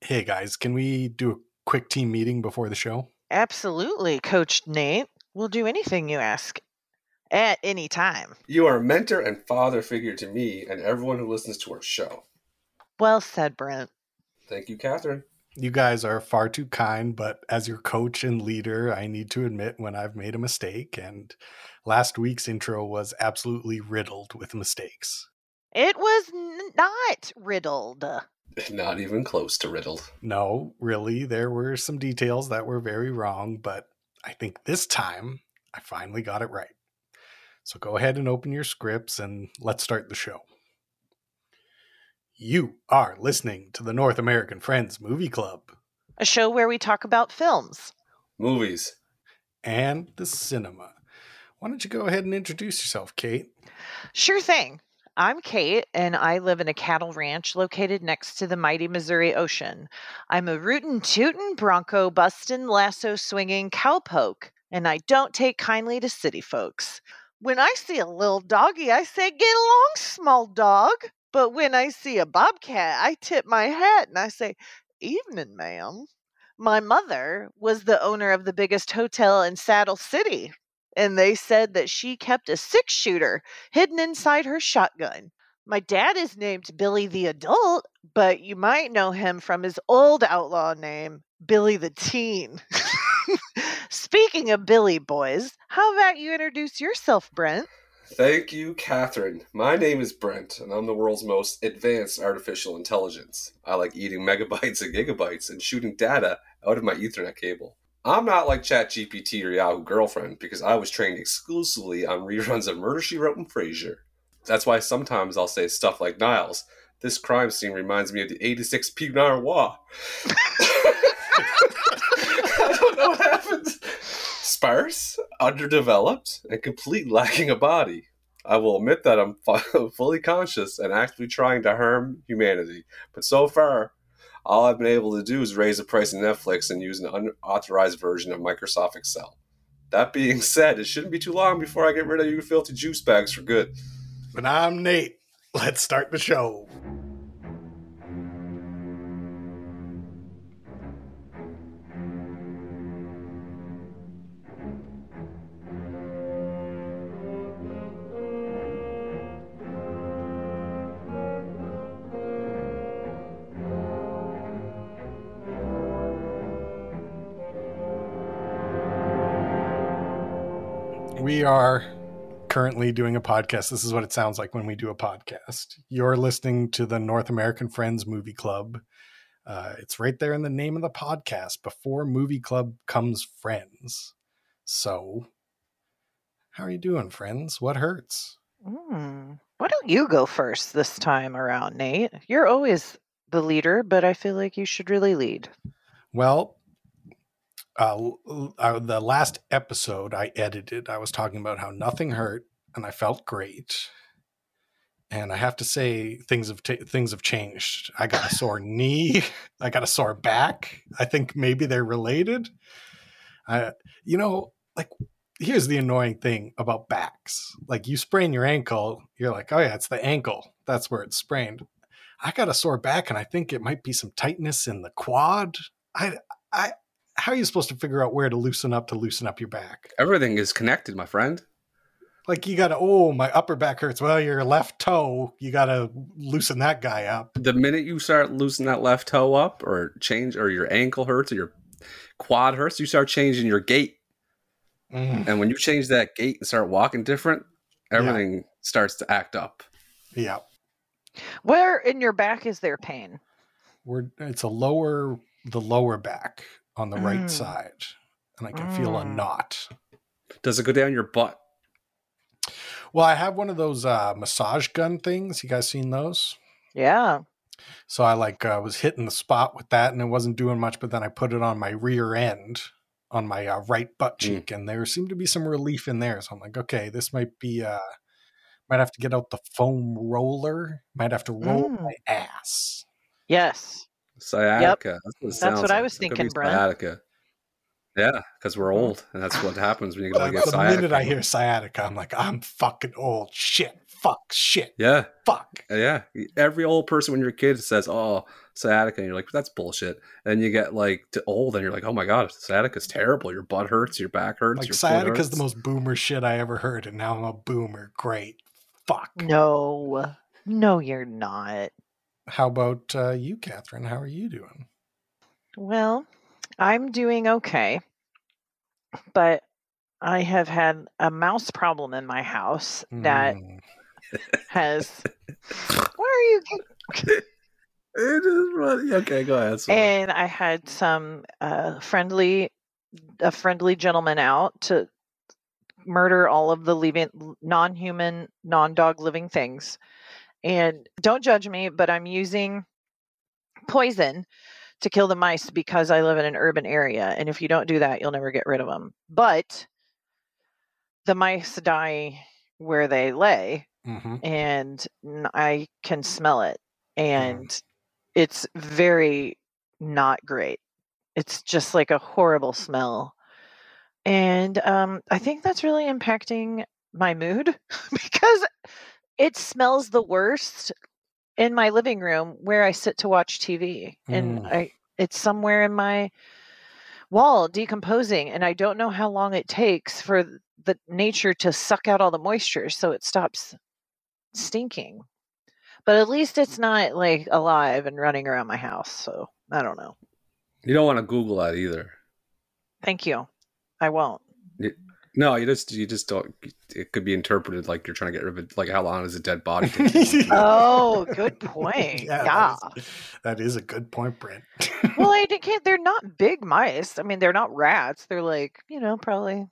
Hey guys, can we do a quick team meeting before the show? Absolutely, Coach Nate. We'll do anything you ask at any time. You are a mentor and father figure to me and everyone who listens to our show. Well said, Brent. Thank you, Catherine. You guys are far too kind, but as your coach and leader, I need to admit when I've made a mistake, and last week's intro was absolutely riddled with mistakes. It was n- not riddled. Not even close to riddled. No, really, there were some details that were very wrong, but I think this time I finally got it right. So go ahead and open your scripts and let's start the show. You are listening to the North American Friends Movie Club A show where we talk about films. Movies. and the cinema. Why don't you go ahead and introduce yourself, Kate? Sure thing. I'm Kate, and I live in a cattle ranch located next to the mighty Missouri Ocean. I'm a rootin' tootin' bronco bustin' lasso swinging cowpoke, and I don't take kindly to city folks. When I see a little doggy, I say, Get along, small dog. But when I see a bobcat, I tip my hat and I say, Evening, ma'am. My mother was the owner of the biggest hotel in Saddle City, and they said that she kept a six shooter hidden inside her shotgun. My dad is named Billy the Adult, but you might know him from his old outlaw name, Billy the Teen. Speaking of Billy boys, how about you introduce yourself, Brent? Thank you, Catherine. My name is Brent, and I'm the world's most advanced artificial intelligence. I like eating megabytes and gigabytes and shooting data out of my Ethernet cable. I'm not like ChatGPT or Yahoo Girlfriend because I was trained exclusively on reruns of Murder She Wrote and Frasier. That's why sometimes I'll say stuff like Niles. This crime scene reminds me of the 86 Pinot Noir. I don't know what happens. Sparse, underdeveloped, and complete lacking a body. I will admit that I'm fu- fully conscious and actively trying to harm humanity, but so far, all I've been able to do is raise the price of Netflix and use an unauthorized version of Microsoft Excel. That being said, it shouldn't be too long before I get rid of you filthy juice bags for good. But I'm Nate. Let's start the show. We are currently doing a podcast. This is what it sounds like when we do a podcast. You're listening to the North American Friends Movie Club. Uh, it's right there in the name of the podcast. Before Movie Club comes Friends. So, how are you doing, friends? What hurts? Mm, why don't you go first this time around, Nate? You're always the leader, but I feel like you should really lead. Well, uh, l- l- uh, the last episode I edited, I was talking about how nothing hurt and I felt great. And I have to say, things have ta things have changed. I got a sore knee. I got a sore back. I think maybe they're related. I, you know, like here's the annoying thing about backs. Like you sprain your ankle, you're like, oh yeah, it's the ankle. That's where it's sprained. I got a sore back, and I think it might be some tightness in the quad. I, I, how are you supposed to figure out where to loosen up to loosen up your back? Everything is connected, my friend. Like you gotta, oh, my upper back hurts. Well, your left toe, you gotta loosen that guy up. the minute you start loosening that left toe up or change or your ankle hurts or your quad hurts you start changing your gait Mm, and when you change that gait and start walking different everything starts to act up Yeah, Where in your back is there pain? we're it's a lower, the lower back on the right Mm. side, and I can feel a Mm. knot. does it go down your butt Well, I have one of those uh, massage gun things. You guys seen those? Yeah. So I like uh, was hitting the spot with that, and it wasn't doing much. But then I put it on my rear end, on my uh, right butt Mm. cheek, and there seemed to be some relief in there. So I'm like, okay, this might be. Uh, might have to get out the foam roller. Might have to roll Mm. my ass. Yes. sciatica that's what, it That's sounds what I like. was It could be thinking, Brent. sciatica yeah because we're old and that's what happens when you go get the sciatica minute I hear sciatica, I'm like, I'm fucking old. Shit. Fuck. Shit. yeah Fuck. yeah every old person when you're a kid says oh sciatica, and you're like, that's bullshit. And you get like to old, and you're like, oh my god, sciatica's terrible. Your butt hurts, your back hurts, Like your foot sciatica's hurts." the most boomer shit I ever heard, and now I'm a boomer. Great. Fuck. No, no, you're not. How about uh, you, Catherine? How are you doing? Well, I'm doing okay, but I have had a mouse problem in my house that Mm. has. Where are you? get- It is funny. Okay, go ahead. sorry. And I had some uh, friendly, a friendly gentleman out to murder all of the living, non-human, non-dog living things. And don't judge me, but I'm using poison to kill the mice because I live in an urban area, and if you don't do that, you'll never get rid of them. But the mice die where they lay, Mhm. and n- I can smell it, and it's very not great. It's just like a horrible smell, and um, I think that's really impacting my mood because it smells the worst in my living room where I sit to watch TV, and Mm. I it's somewhere in my wall decomposing, and I don't know how long it takes for the nature to suck out all the moisture so it stops stinking. But at least it's not like alive and running around my house. So I don't know. you don't want to Google that either. Thank you. I won't. No, you just you just don't. It could be interpreted like you're trying to get rid of it. Like how long is a dead body? take? Oh, good point. Yeah, yeah. That, is, that is a good point, Brent. Well, I di- can't. They're not big mice. I mean, they're not rats. They're like you know probably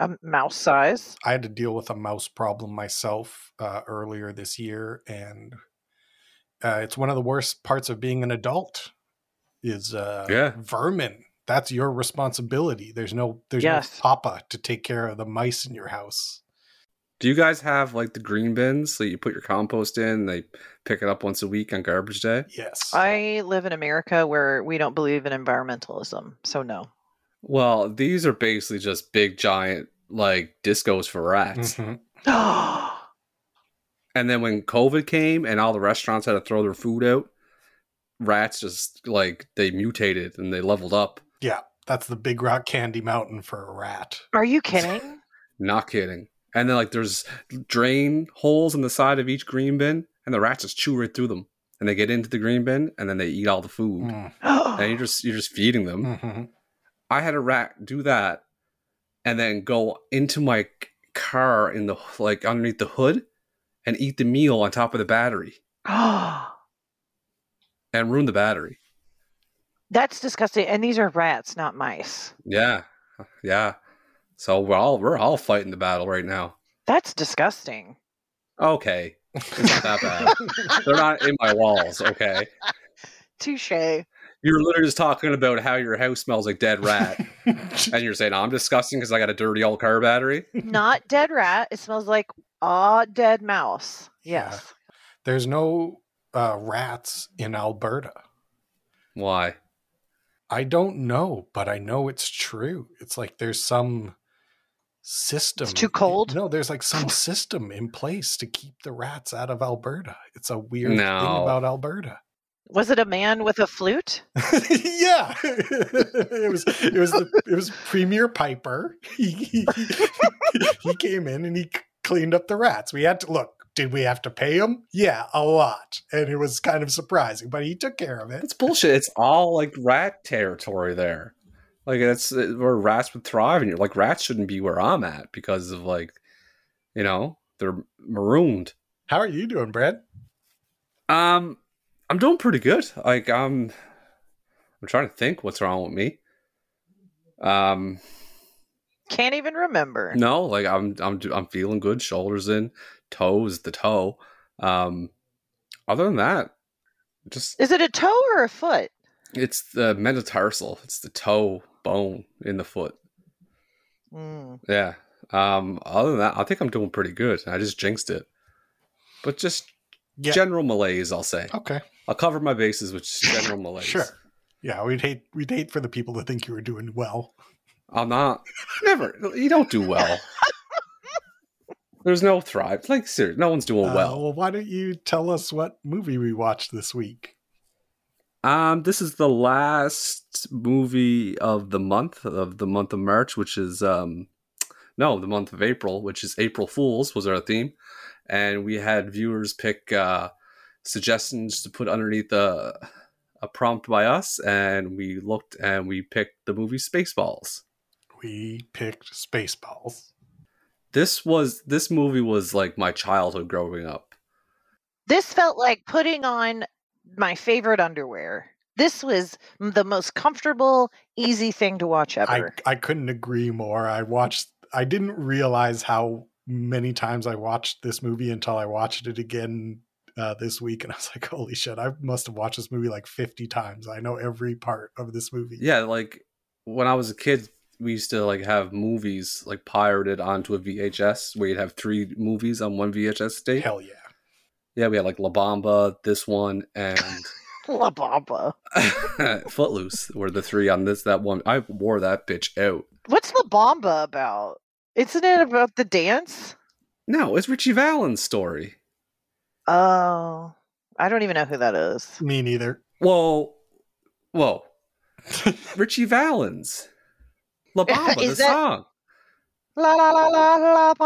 a m- mouse size. I had to deal with a mouse problem myself uh, earlier this year, and uh, it's one of the worst parts of being an adult is uh, Yeah. vermin. That's your responsibility. There's no there's Yes. no papa to take care of the mice in your house. Do you guys have like the green bins that you put your compost in? They pick it up once a week on garbage day. Yes. I live in America where we don't believe in environmentalism, so no. Well, these are basically just big giant like discos for rats. Mhm. And then when COVID came and all the restaurants had to throw their food out, rats just like they mutated and they leveled up. That's the Big Rock Candy Mountain for a rat. Are you kidding? Not kidding. And then like there's drain holes in the side of each green bin, and the rats just chew right through them. And they get into the green bin and then they eat all the food. Mm. And you're just you're just feeding them. Mhm. I had a rat do that and then go into my c- car in the like underneath the hood and eat the meal on top of the battery and ruin the battery. That's disgusting. And these are rats, not mice. Yeah. Yeah. So we're all we're all fighting the battle right now. That's disgusting. Okay. It's not that Mm-hmm. bad. They're not in my walls, okay? Touche. You're literally just talking about how your house smells like dead rat and you're saying I'm disgusting because I got a dirty old car battery. Not dead rat. It smells like a dead mouse. Yeah. Yes. There's no uh, rats in Alberta. Why? I don't know, but I know it's true. It's like there's some system. too cold? No, there's like some system in place to keep the rats out of Alberta. It's a weird thing No. about Alberta. Was it a man with a flute? yeah, it was it was the, it was Premier Piper. He, he- he came in and he c- cleaned up the rats. We had to look. Did we have to pay him? Yeah, a lot, and it was kind of surprising, but he took care of it. It's bullshit. It's all like rat territory there. Like that's uh, where rats would thrive, and you're like rats shouldn't be where I'm at because of like, you know, they're marooned. How are you doing, Brad? Um, I'm doing pretty good. Like I'm, I'm trying to think what's wrong with me. Um, Can't even remember. no, like I'm, I'm, do- I'm feeling good. Shoulders in, toes the toe. Um, other than that, just Is it a toe or a foot? it's the metatarsal. It's the toe bone in the foot. Mm. Yeah. Um, other than that, I think I'm doing pretty good. I just jinxed it. But just Yeah. general malaise, I'll say. Okay. I'll cover my bases with just general malaise. Sure. Yeah, we'd hate we'd hate for the people to think you were doing well. I'm not never you don't do well. There's no thrive. Like serious, no one's doing Uh, well. well, why don't you tell us what movie we watched this week? Um, this is the last movie of the month of the month of March, which is um, no, the month of April, which is April Fools was our theme, and we had viewers pick uh, suggestions to put underneath a a prompt by us, and we looked and we picked the movie Spaceballs. We picked Spaceballs. This was this movie was like my childhood growing up. This felt like putting on my favorite underwear. This was the most comfortable, easy thing to watch I, ever. I couldn't agree more. I watched, I didn't realize how many times I watched this movie until I watched it again uh, this week. And I was like, holy shit, I must have watched this movie like 50 times. I know every part of this movie. Yeah, like when I was a kid, we used to like have movies like pirated onto a VHS where you'd have three movies on one VHS tape. Hell yeah. Yeah, we had like La Bamba, this one, and La Bamba. Footloose were the three on this that one. I wore that bitch out. What's La Bamba about? Isn't it about the dance? No, it's Richie Valens' story. Oh, I don't even know who that is. Me neither. Well, whoa, Richie Valens, La Bamba, the Is that- song. La la la la la Bamba.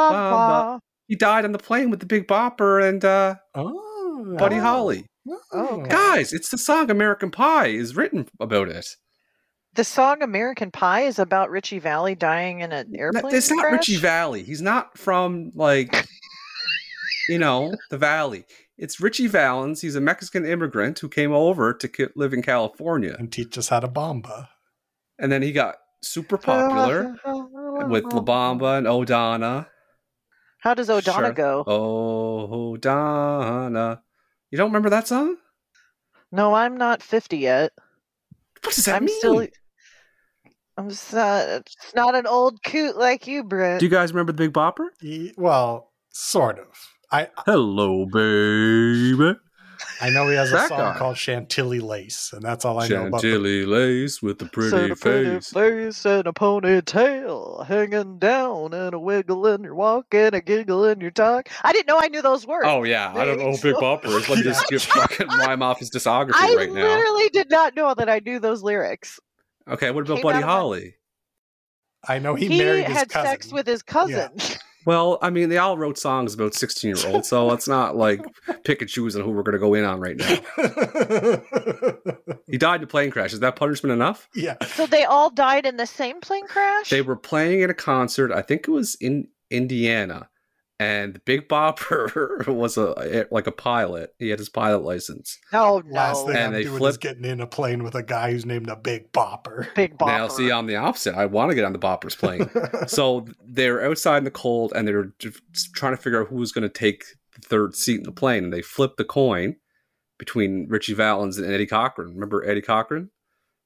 Bamba. He died on the plane with the Big Bopper and uh, Oh, Buddy Holly. Oh, okay. Guys, it's the song "American Pie" is written about it. The song "American Pie" is about Richie Valley dying in an No, airplane. It's not crash? Richie Valley. He's not from like you know the Valley. It's Richie Valens. He's a Mexican immigrant who came over to ki- live in California, And teach us how to bomba. and then he got Ah, super popular with La Bamba and O'Donna. How does O'Donna Sure. go? Oh, O'Donna. You don't remember that song? No, I'm not fifty yet. What does that I'm mean? still. I'm s- uh, it's not an old coot like you, Brent. Do you guys remember the Big Bopper? E- Well, sort of. I Hello, baby. I know he has a That song guy. called Chantilly Lace, and that's all I know about. the- Chantilly lace with the Said pretty a pretty face. face and a ponytail hanging down and a wiggle in your walk and a giggle in your talk. I didn't know I knew those words. Oh yeah, I don't know who Big Bopper is. Let me just get fucking rhyme off his discography I right now. literally did not know that I knew those lyrics. Okay, what about Came Buddy out of my- Holly? I know Oh, he, He, married his had cousin. sex with his cousin. Well, I mean, they all wrote songs about sixteen-year-olds, so let's not like pick and choose on who we're going to go in on right now. He died in a plane crash. Is that punishment enough? yeah, So they all died in the same plane crash? They were playing at a concert. I think it was in Indiana, and the Big Bopper was a like a pilot. He had his pilot license. oh, no. last thing And I'm they doing is flipped- getting in a plane with a guy who's named a Big Bopper. Big bopper. Now, see, I'm the opposite. I want to get on the Bopper's plane. so they're outside in the cold and they're just trying to figure out who's going to take the third seat in the plane. And they flip the coin between Richie Valens and Eddie Cochran. Remember Eddie Cochran?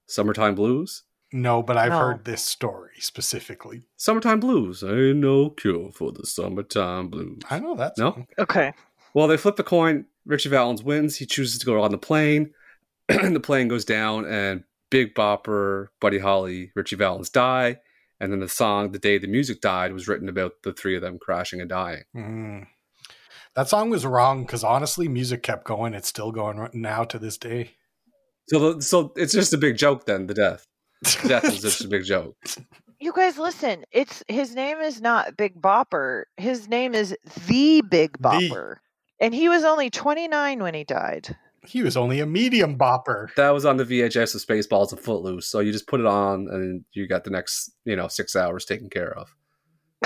Summertime Blues? no, but I've No. heard this story specifically. Summertime Blues. Ain't no cure for the summertime blues. I know that. No? song. okay. Well, they flip the coin. Richie Valens wins. He chooses to go on the plane. the plane goes down, and Big Bopper, Buddy Holly, Richie Valens die. And then the song "The Day the Music Died" was written about the three of them crashing and dying. Mm. That song was wrong because honestly, music kept going. It's still going right now to this day. So, the, so it's just a big joke then. The death, death is just a big joke. You guys listen. It's his name is not Big Bopper. His name is the Big Bopper. And he was only 29 when he died. he was only a medium bopper. That was on the VHS of Spaceballs and Footloose. So you just put it on, and you got the next, you know, six hours taken care of.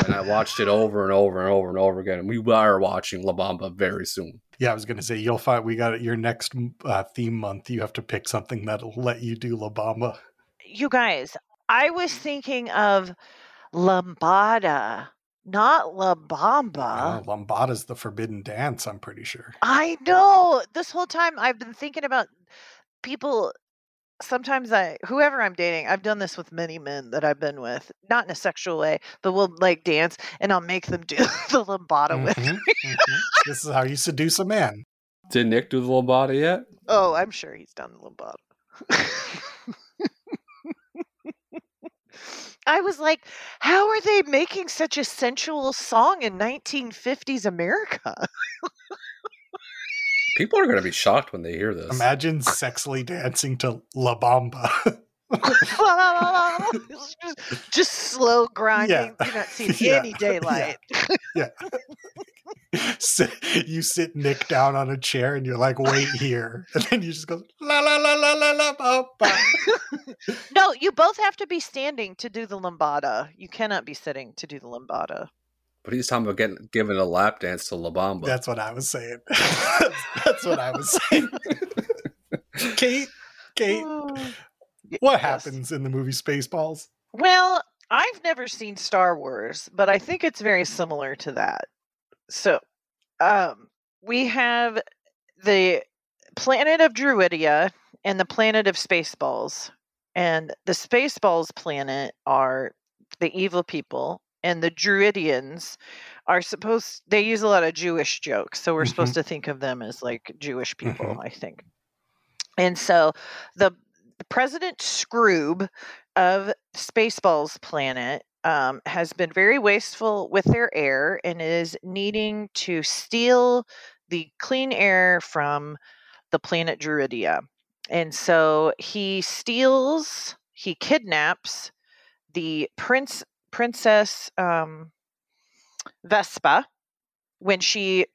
And I watched it over and over and over and over again. And we are watching La Bamba very soon. Yeah, I was gonna say you'll find we got your next uh, theme month. You have to pick something that'll let you do La Bamba. You guys, I was thinking of Lambada, not La Bamba. Oh. Uh, Lambada's the forbidden dance. I'm pretty sure. I know. This whole time I've been thinking about people. Sometimes I, whoever I'm dating, I've done this with many men that I've been with, not in a sexual way, but we'll like dance and I'll make them do the lambada Mm-hmm. with. Mhm, mhm. this is how you seduce a man. Did Nick do the Lombada yet? Oh, I'm sure he's done the lambada. I was like, how are they making such a sensual song in 1950s America? People are going to be shocked when they hear this. Imagine sexily dancing to La Bamba. just slow grinding. Yeah. You're not seeing Yeah. any daylight. Sit- you sit Nick down on a chair and you're like, wait here. And then you just go, la la la la la la Bamba. No, you both have to be standing to do the lumbata. You cannot be sitting to do the lumbata. But he's talking about getting giving a lap dance to La Bamba. That's what I was saying. That's what I was saying. Kate, Kate, Oh. Y- what yes. happens in the movie Spaceballs? Well, I've never seen Star Wars, but I think it's very similar to that. So, um, we have the planet of Druidia and the planet of Spaceballs. And the Spaceballs planet are the evil people, and the Druidians are supposed, they use a lot of Jewish jokes. So we're supposed to think of them as like Jewish people, I think. And so the, the President Scroob of Spaceballs planet um, has been very wasteful with their air and is needing to steal the clean air from the planet Druidia. And so he steals, he kidnaps the prince princess um, Vespa when she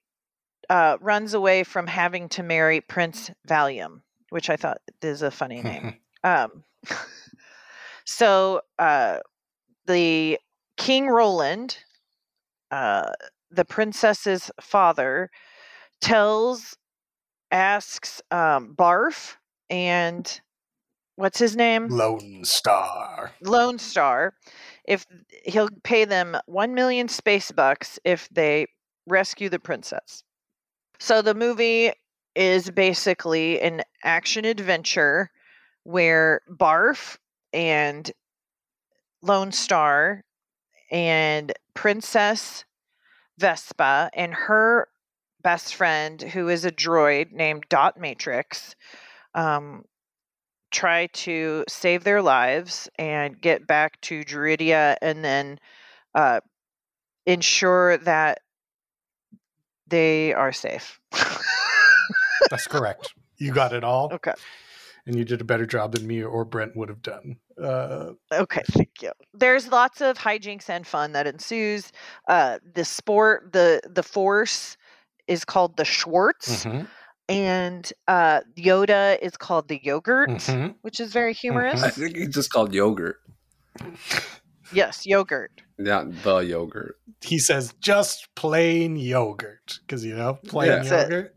uh, runs away from having to marry Prince Valium, which I thought is a funny name. Um, so uh, the King Roland, uh, the princess's father, tells, asks um, Barf and what's his name? Lone Star. Lone Star if he'll pay them 1 million space bucks if they rescue the princess. So the movie is basically an action adventure where Barf and Lone Star and Princess Vespa and her best friend, who is a droid named Dot Matrix, um, try to save their lives and get back to Druidia and then uh, ensure that they are safe. That's correct. You got it all. okay. And you did a better job than me or Brent would have done. Uh, Okay, thank you. There's lots of hijinks and fun that ensues. Uh, the sport, the the force, is called the Schwartz, mhm, and uh, Yoda is called the Yogurt, mhm. which is very humorous. I think he just called yogurt, Yes, Yogurt. not the yogurt. He says just plain yogurt because you know plain Yeah. That's it. yogurt.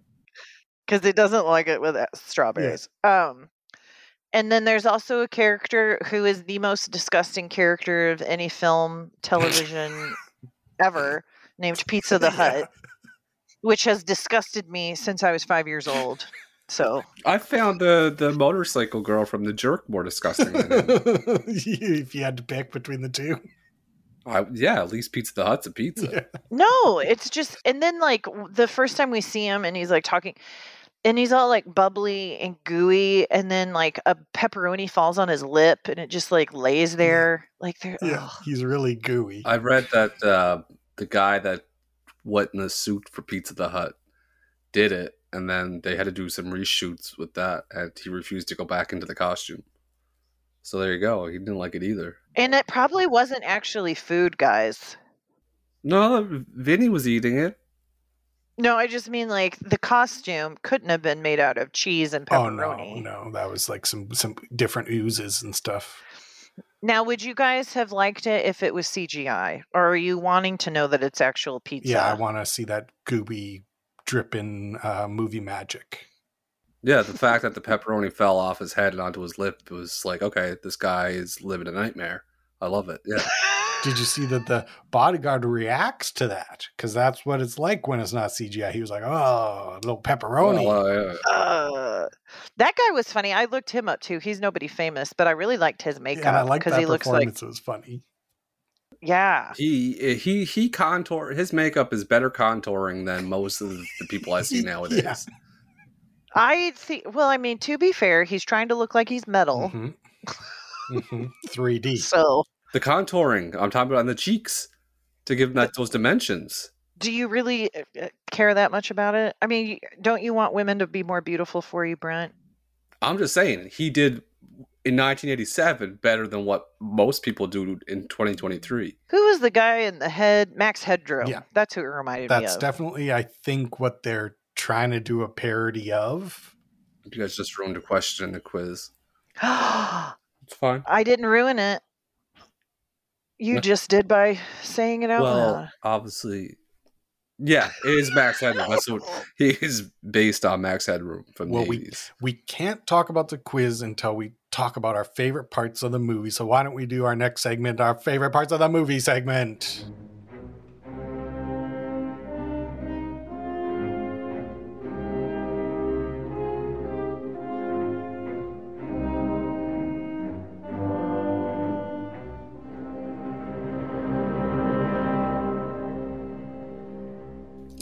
because it doesn't like it with uh, strawberries. Um, and then there's also a character who is the most disgusting character of any film, television ever, named Pizza the Yeah. Hut, which has disgusted me since I was five years old. So I found the the motorcycle girl from the jerk more disgusting than him. if you had to pick between the two, I, yeah, at least Pizza the Hut's a pizza. Yeah. no, it's just. And then like w- the first time we see him, and he's like talking. And he's all like bubbly and gooey, and then like a pepperoni falls on his lip, and it just like lays there, like there. yeah, ugh. he's really gooey. I read that uh, the guy that went in a suit for Pizza the Hut did it, and then they had to do some reshoots with that, and he refused to go back into the costume. So there you go. He didn't like it either. And it probably wasn't actually food, guys. No, Vinny was eating it. No, I just mean like the costume couldn't have been made out of cheese and oh no, pepperoni. no, that was like some some different oozes and stuff. Now, would you guys have liked it if it was CGI, or are you wanting to know that it's actual pizza? Yeah, I want to see that gooby dripping uh, movie magic. Yeah, the fact that the pepperoni fell off his head and onto his lip was like, okay, this guy is living a nightmare. I love it. Yeah. Did you see that the bodyguard reacts to that? Because that's what it's like when it's not CGI. He was like, "Oh, a little pepperoni." Well, uh, Uh, that guy was funny. I looked him up too. He's nobody famous, but I really liked his Yeah, and I makeup like because that he looks like performance. it was funny. yeah. he he he contour his makeup is better contouring than most of the people I see nowadays. Yeah. I think. Well, I mean, to be fair, he's trying to look like he's metal. Mhm. Mhm. 3D. So The contouring I'm talking about on the cheeks to give them that, those dimensions. do you really uh, uh, care that much about it? I mean, y- don't you want women to be more beautiful for you, Brent? I'm just saying he did in 1987 better than what most people do in 2023. Who was the guy in the head? Max Headroom. Yeah. That's who it reminded me That's of. definitely, I think, what they're trying to do a parody of. You guys just ruined a question in the quiz. I It's fine. didn't ruin it. You No. just did by saying it out Well, loud. obviously, yeah, it is Max Headroom. That's what he is based on. Max Headroom from Well, the we- 80s. We can't talk about the quiz until we talk about our favorite parts of the movie. So why don't we do our next segment, our favorite parts of the movie segment?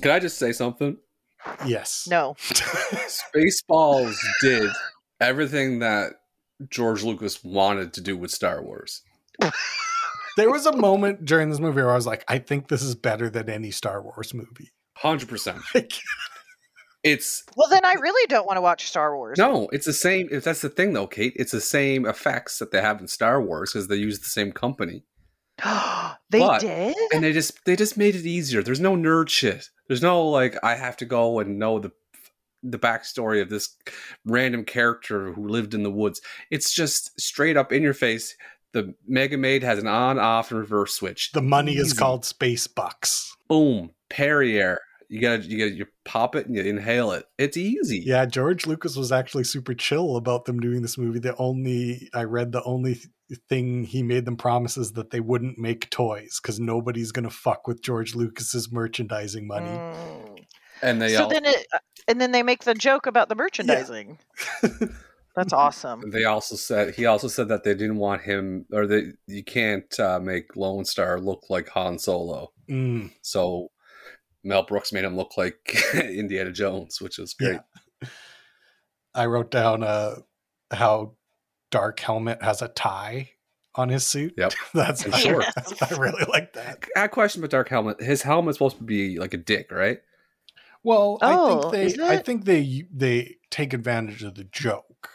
Can I just say something? Yes. No. Spaceballs did everything that George Lucas wanted to do with Star Wars. there was a moment during this movie where I was like, I think this is better than any Star Wars movie. 100%. Like, It's Well, then I really don't want to watch Star Wars. no, it's the same. If that's the thing, though, Kate, it's the same effects that they have in Star Wars because they use the same company, they But- did? and they just they just made it easier. There's no nerd shit. There's no like I have to go and know the the backstory of this random character who lived in the woods. It's just straight up in your face. The Mega Maid has an on off and reverse switch. the money is Easy. called Space Bucks. boom, Perrier. You gotta, you gotta, you pop it and you inhale it. It's easy. Yeah, George Lucas was actually super chill about them doing this movie. The only I read the only th- thing he made them promise is that they wouldn't make toys because nobody's gonna fuck with George Lucas's merchandising money. Mm. And they so all, then it, and then they make the joke about the merchandising. That's awesome. they also said he also said that they didn't want him or that you can't uh, make Lone Star look like Han Solo. Mm. So Mel Brooks made him look like Indiana Jones, which was great. I wrote down uh, how Dark Helmet has a tie on his suit. Yep. that's And I, short. I really like that. I had a question about Dark Helmet. His helmet's supposed to be like a dick, right? Well, Oh, I think isn't they I it? think they they take advantage of the joke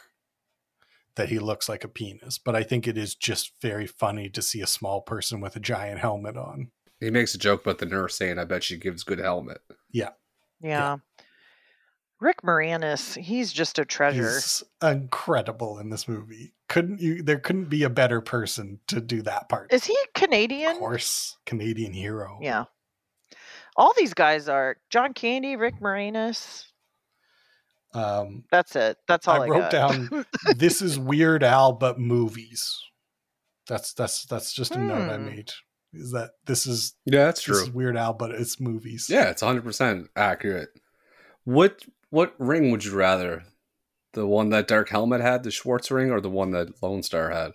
that he looks like a penis, but I think it is just very funny to see a small person with a giant helmet on. He makes a joke about the nurse saying, "I bet she gives good helmet." Yeah. Rick Moranis, he's just a treasure. He's incredible in this movie. Couldn't you there couldn't be a better person to do that part. Is he Canadian? of course, Canadian hero. Yeah. All these guys are John Candy, Rick Moranis. Um That's it. That's all I I, wrote got. down- this is Weird Al but movies. That's that's that's just a note I Hmm. made. Is that this is Yeah, that's this is Weird Al but it's movies. Yeah, it's 100% accurate. What what ring would you rather? The one that Dark Helmet had, the Schwartz ring, or the one that Lone Star had?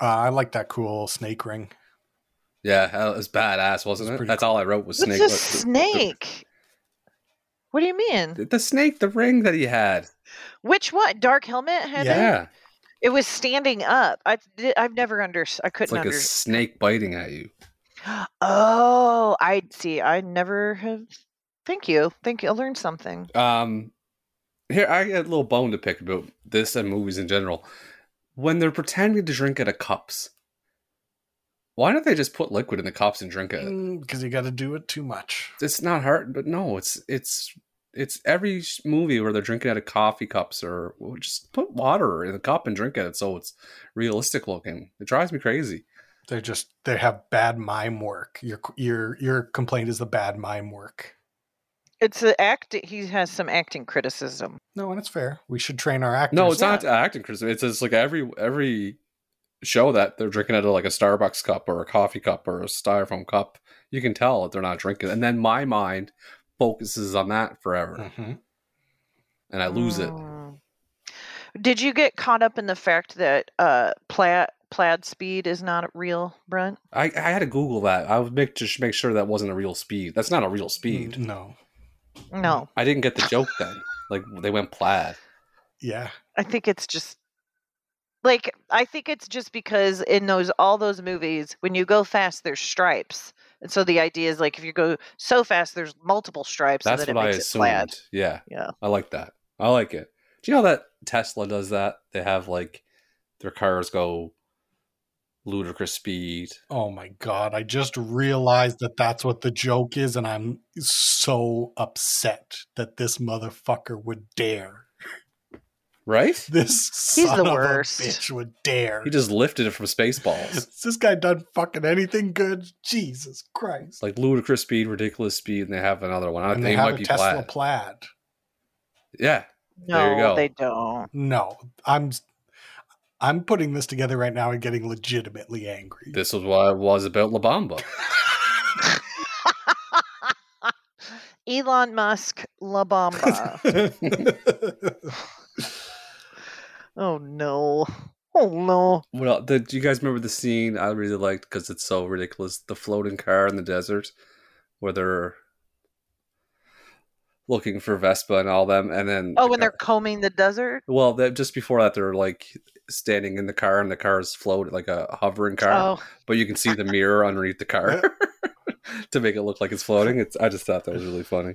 Uh, I like that cool snake ring. Yeah, hell, it was badass, wasn't It's it? pretty That's all I wrote was What's snake. a but the- snake? What do you mean? The, the snake, the ring that he had. Which one? Dark helmet had Yeah. it? Yeah, It was standing up. I di- I've never under I it's couldn't like a under. snake biting at you. Oh, I see. I never have. Thank you. Thank you. I learned something. Um, here I got a little bone to pick about this and movies in general. When they're pretending to drink out of cups, why don't they just put liquid in the cups and drink it? Mm. Because you got to do it too much. it's not hard, but no, it's it's it's every sh- movie where they're drinking out of coffee cups or well, just put water in the cup and drink it, so it's realistic looking. It drives me crazy. They just they have bad mime work. Your your your complaint is the bad mime work. It's the act. He has some acting criticism. No, and it's fair. We should train our actors. No, it's not acting criticism. It's just like every every show that they're drinking out of like a Starbucks cup or a coffee cup or a styrofoam cup, you can tell that they're not drinking. And then my mind focuses on that forever, Mhm. and I lose it. Mm. Did you get caught up in the fact that uh, plaid plaid speed is not real, Brent? I, I had to Google that. I would make just make sure that wasn't a real speed. That's not a real speed. Mm, No. No, I didn't get the joke then. Like they went plaid. Yeah. I think it's just like I think it's just because in those all those movies, when you go fast, there's stripes. And so the idea is like if you go so fast, there's multiple stripes. so That's that it what I makes assumed. It flat. Yeah. Yeah. I like that. I like it. Do you know that Tesla does that? They have like their cars go ludicrous speed. Oh my god! I just realized that that's what the joke is, and I'm so upset that this motherfucker would dare. Right? This He's son the of a worst. bitch would dare. He just lifted it from Spaceballs. Has this guy done fucking anything good? Jesus Christ! It's like ludicrous speed, ridiculous speed, and Uh, they have another one. I and think they it have might a be Tesla flat. plaid. yeah. No, There you go. they don't. No, I'm I'm putting this together right now and getting legitimately angry. This was what I was about La Bamba. Elon Musk, La Bamba. oh no. Oh no. What else? Did you guys remember the scene I really liked because it's so ridiculous? The floating car in the desert where they're looking for Vespa and all them, and then Oh, the when guy- they're combing the desert. well, that just before that they're like standing in the car and the car is floating like a hovering car, Oh, but you can see the mirror underneath the car to make it look like it's floating. It's I just thought that was really funny.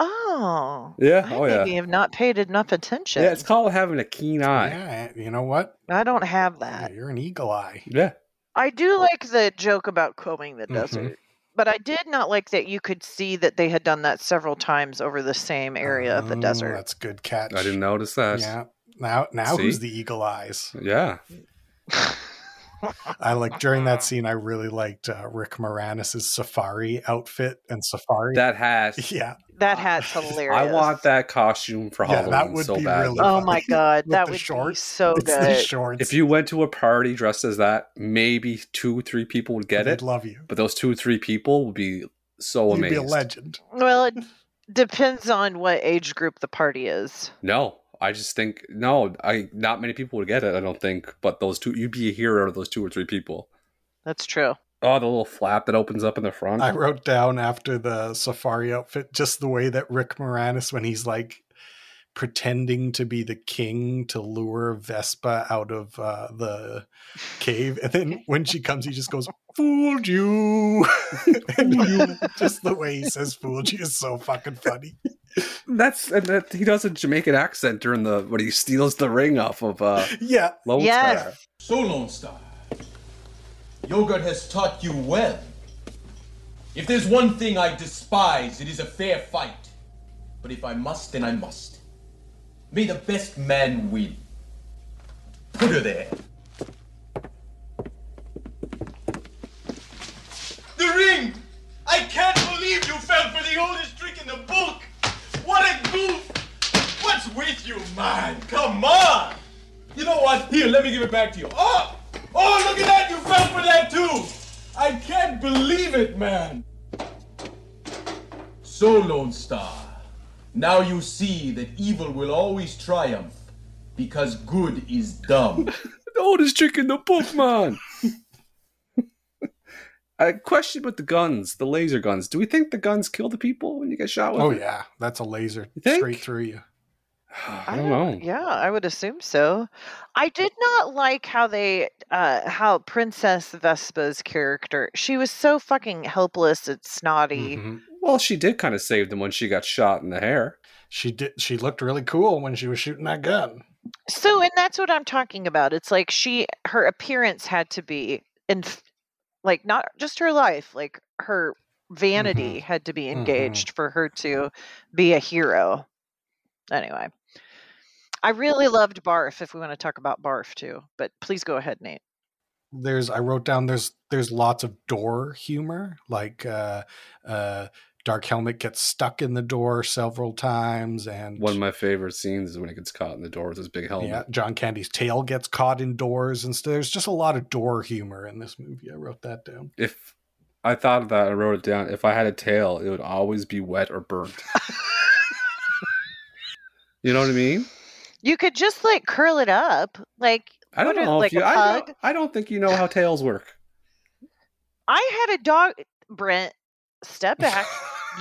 oh. Yeah, I oh yeah, maybe have not paid enough attention. yeah. It's called having a keen eye. yeah, you know what? I don't have Yeah, that. you're an eagle eye. Yeah, I do like the joke about combing the Mm-hmm. Mhm. desert, but I did not like that you could see that they had done that several times over the same area of the Mm, Oh, desert. That's a good catch. I didn't notice that. Yeah, Yeah. Now, now who's See? the eagle eyes? yeah. I like during that scene. I really liked uh, Rick Moranis' safari outfit and safari. that hat. yeah, That hat's hilarious. I want that costume for Yeah, that Halloween would so be bad. really- Oh my god, With that the would be shorts. so it's the good. shorts. If you went to a party dressed as that, maybe two, three people would get They'd it. love you. But those two, three people would be so You'd be amazed. a legend. Well, it depends on what age group the party is. no, I just think no, I not many people would get it. I don't think. But those two, you'd be a hero to those two or three people. That's true. Oh, the little flap that opens up in the front. I wrote down after the safari outfit just the way that Rick Moranis, when he's like pretending to be the king to lure Vespa out of uh, the cave, and then when she comes, he just goes, "Fooled you!" and you just the way he says "fooled you" is so fucking funny. That's and that he does a Jamaican accent during the when he steals the ring off of uh, Yeah, Lone Yes. Star. So, Lone Star, yogurt has taught you well. If there's one thing I despise, it is a fair fight. But if I must, then I must. May the best man win. Put her there. The ring! I can't believe you fell for the oldest trick in the book! What a goof! What's with you, man? Come on! You know what? Here, let me give it back to you. Oh! Oh, look at that! You fell for that too! I can't believe it, man! So, Lone Star, now you see that evil will always triumph because good is dumb. the oldest trick in the book, man. A question about the guns, the laser guns. Do we think the guns kill the people when you get shot with? oh it? yeah, that's a laser You think? straight through you. I don't know. Yeah, I would assume so. I did not like how they, uh, how Princess Vespa's character, she was so fucking helpless and snotty. Mhm. Well, she did kind of save them when she got shot in the hair. She did. She looked really cool when she was shooting that gun. So, and that's what I'm talking about. It's like she, her appearance had to be, and like not just her life, like her vanity had to be Mhm. engaged for her to be a hero. Anyway, I really loved Barf. If we want to talk about Barf too, but please go ahead, Nate. there's I wrote down there's there's lots of door humor like uh uh Dark Helmet gets stuck in the door several times and One of my favorite scenes is when he gets caught in the door with his big helmet. yeah, John Candy's tail gets caught in doors and so there's just a lot of door humor in this movie. I wrote that down. If I thought of that, I wrote it down. If I had a tail, it would always be wet or burnt. you know what I mean? You could just like curl it up, like I don't What is- know like if you. a I hug? don't, I don't think you know how tails work. I had a dog, Brent, step back.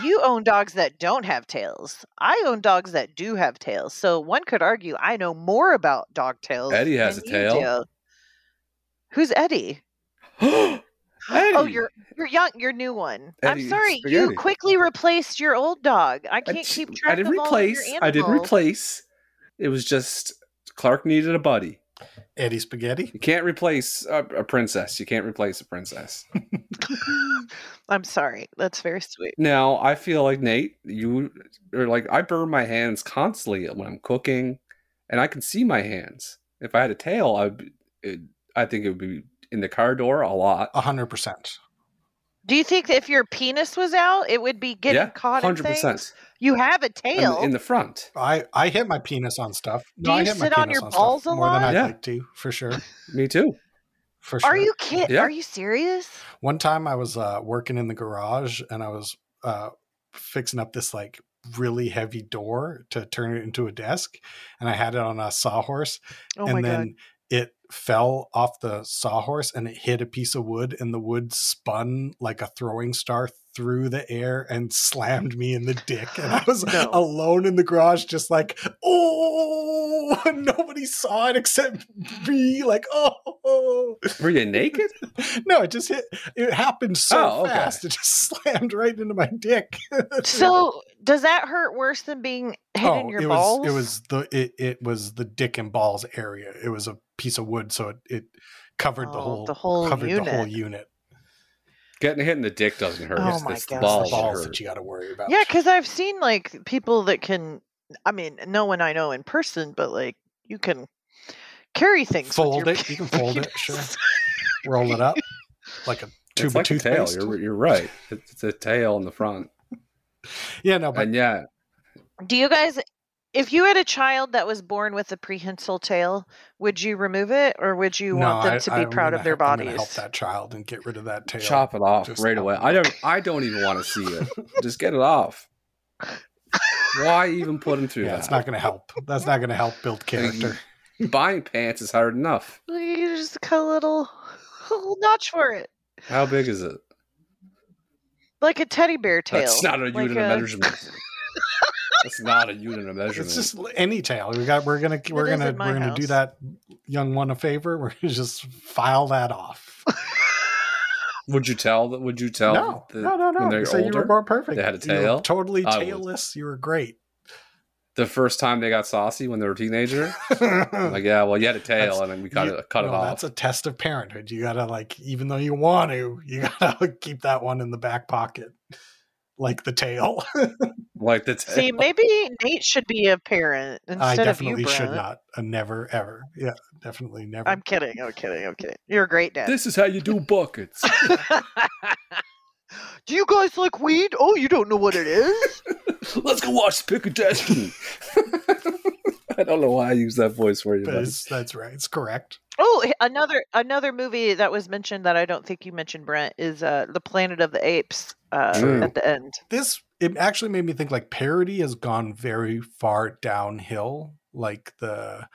you own dogs that don't have tails. I own dogs that do have tails. So one could argue I know more about dog tails. Eddie has than a you tail. do. Who's Eddie? Oh, Eddie. your your young your new one. Eddie, I'm sorry, spaghetti. you quickly replaced your old dog. I I can't t- keep track I didn't of all of your replace. I didn't animals. replace. It was just Clark needed a buddy. Eddie Spaghetti. You can't replace a, a princess. You can't replace a princess. I'm sorry. That's very sweet. Now I feel like Nate, you are like I burn my hands constantly when I'm cooking, and I can see my hands. If I had a tail, I would it, I think it would be in the car door a lot. A hundred percent. Do you think that if your penis was out, it would be getting yeah, caught in things? 100%. You have a In tail. the- in the front. I I hit my penis on stuff. Do I you hit my sit on penis your stuff balls a more than lot? I'd Yeah. like to, for sure. Me too. For sure. Are you kidding? Yeah. Are you serious? One time I was uh, working in the garage and I was uh, fixing up this like really heavy door to turn it into a desk, and I had it on a sawhorse, Oh my and then god. it fell off the sawhorse and it hit a piece of wood, and the wood spun like a throwing star through the air and slammed me in the dick, and I was No. alone in the garage, just like oh, nobody saw it except me, like oh. Were you naked? No, it just hit. It happened so Oh, okay. fast. It just slammed right into my dick. So does that hurt worse than being hit in your Oh, it balls? was it was the it, it was the dick and balls area. It was a piece of wood, so it, it covered the Oh, whole the whole covered the whole unit. unit. Getting hit in the dick doesn't hurt. Oh it's, my it's the gosh. Balls, balls, the balls that hurt. that you got to worry about. Yeah, because I've seen like people that can. I mean, no one I know in person, but like you can carry things. fold with it. your You can fold it. penis. Sure, roll it up like a tube of It's like a tail. toothpaste. You're, you're right. It's it's a tail in the front. yeah, no, but And yeah, Do you guys? If you had a child that was born with a prehensile tail, would you remove it, or would you no, want them I- to I'm be proud gonna of their he- I'm gonna bodies? help that child and get rid of that tail. chop it off Just- right away. I don't. I don't even want to see it. Just get it off. Why even put him through Yeah, that? it's not going to help. That's not going to help build character. Buying pants is hard enough. You just cut a little, a little notch for it, How big is it? like a teddy bear tail. That's not a like unit of measurement. That's not a unit of measurement. It's just any tail. We got. We're gonna. We're is gonna. in my We're gonna do house. that young one a favor. We're gonna just file that off. would you tell that? Would you tell? no, that no, no, no. When they're You say you older, were more perfect. they had a You were tail, totally I would. tailless. You were great. the first time they got saucy when they were a teenager. I'm like, yeah, well, you had a tail, That's- and then we cut You- it, cut it no, off. That's a test of parenthood. You gotta like, even though you want to, you gotta keep that one in the back pocket, like the tail. like the tail. See, maybe Nate should be a parent I instead of you, definitely should Brent. not. Uh, never ever. Yeah, definitely never. I'm kidding. I'm kidding. I'm kidding. You're a great dad. This is how you do buckets. Do you guys like weed? Oh, you don't know what it is? Let's go watch Pick a Destiny. I don't know why I use that voice for you. but buddy. it's, that's right. It's correct. oh, h- another another movie that was mentioned that I don't think you mentioned, Brent, is uh, The Planet of the Apes uh, True. at the end. this it actually made me think like parody has gone very far downhill like the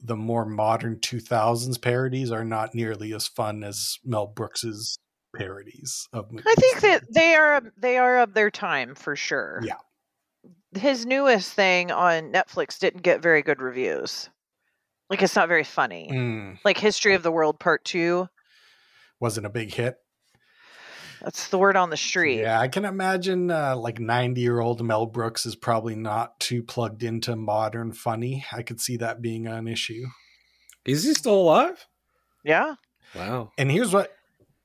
the more modern 2000s parodies are not nearly as fun as mel brooks's parodies of movies I think that they are of- they are of their time for sure. Yeah. His newest thing on Netflix didn't get very good reviews. Like it's not very funny. Mm, Like History of the World Part 2, wasn't a big hit that's the word on the street. yeah i can imagine uh, like 90 year old mel brooks is probably not too plugged into modern funny i could see that being an issue Is he still alive? Yeah. Wow. And here's what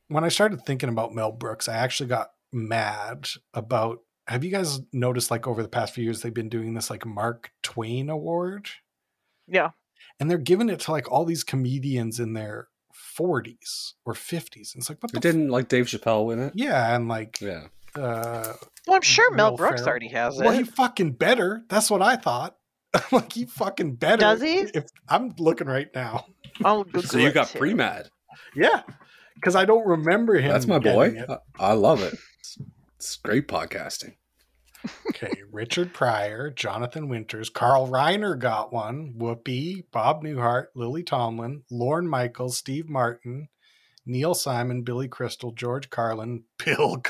when I started thinking about Mel Brooks, I actually got mad about have you guys noticed like over the past few years they've been doing this like Mark Twain award? Yeah. And they're giving it to like all these comedians in their 40s or 50s. And it's like what the It didn't like Dave Chappelle win f- it. yeah, and like Yeah. uh Well, I'm sure Mel, Will Brooks Ferrell. already has it. well he fucking better. That's what I thought. I'm like he fucking better. Does he? If I'm looking right now. I'll Google So you it, got too. pre mad. Yeah. Cause I don't remember him. That's my getting boy. it. I, I love it. It's, it's great podcasting. Okay, Richard Pryor, Jonathan Winters, Carl Reiner got one, Whoopi, Bob Newhart, Lily Tomlin, Lorne Michaels, Steve Martin, Neil Simon, Billy Crystal, George Carlin, Bill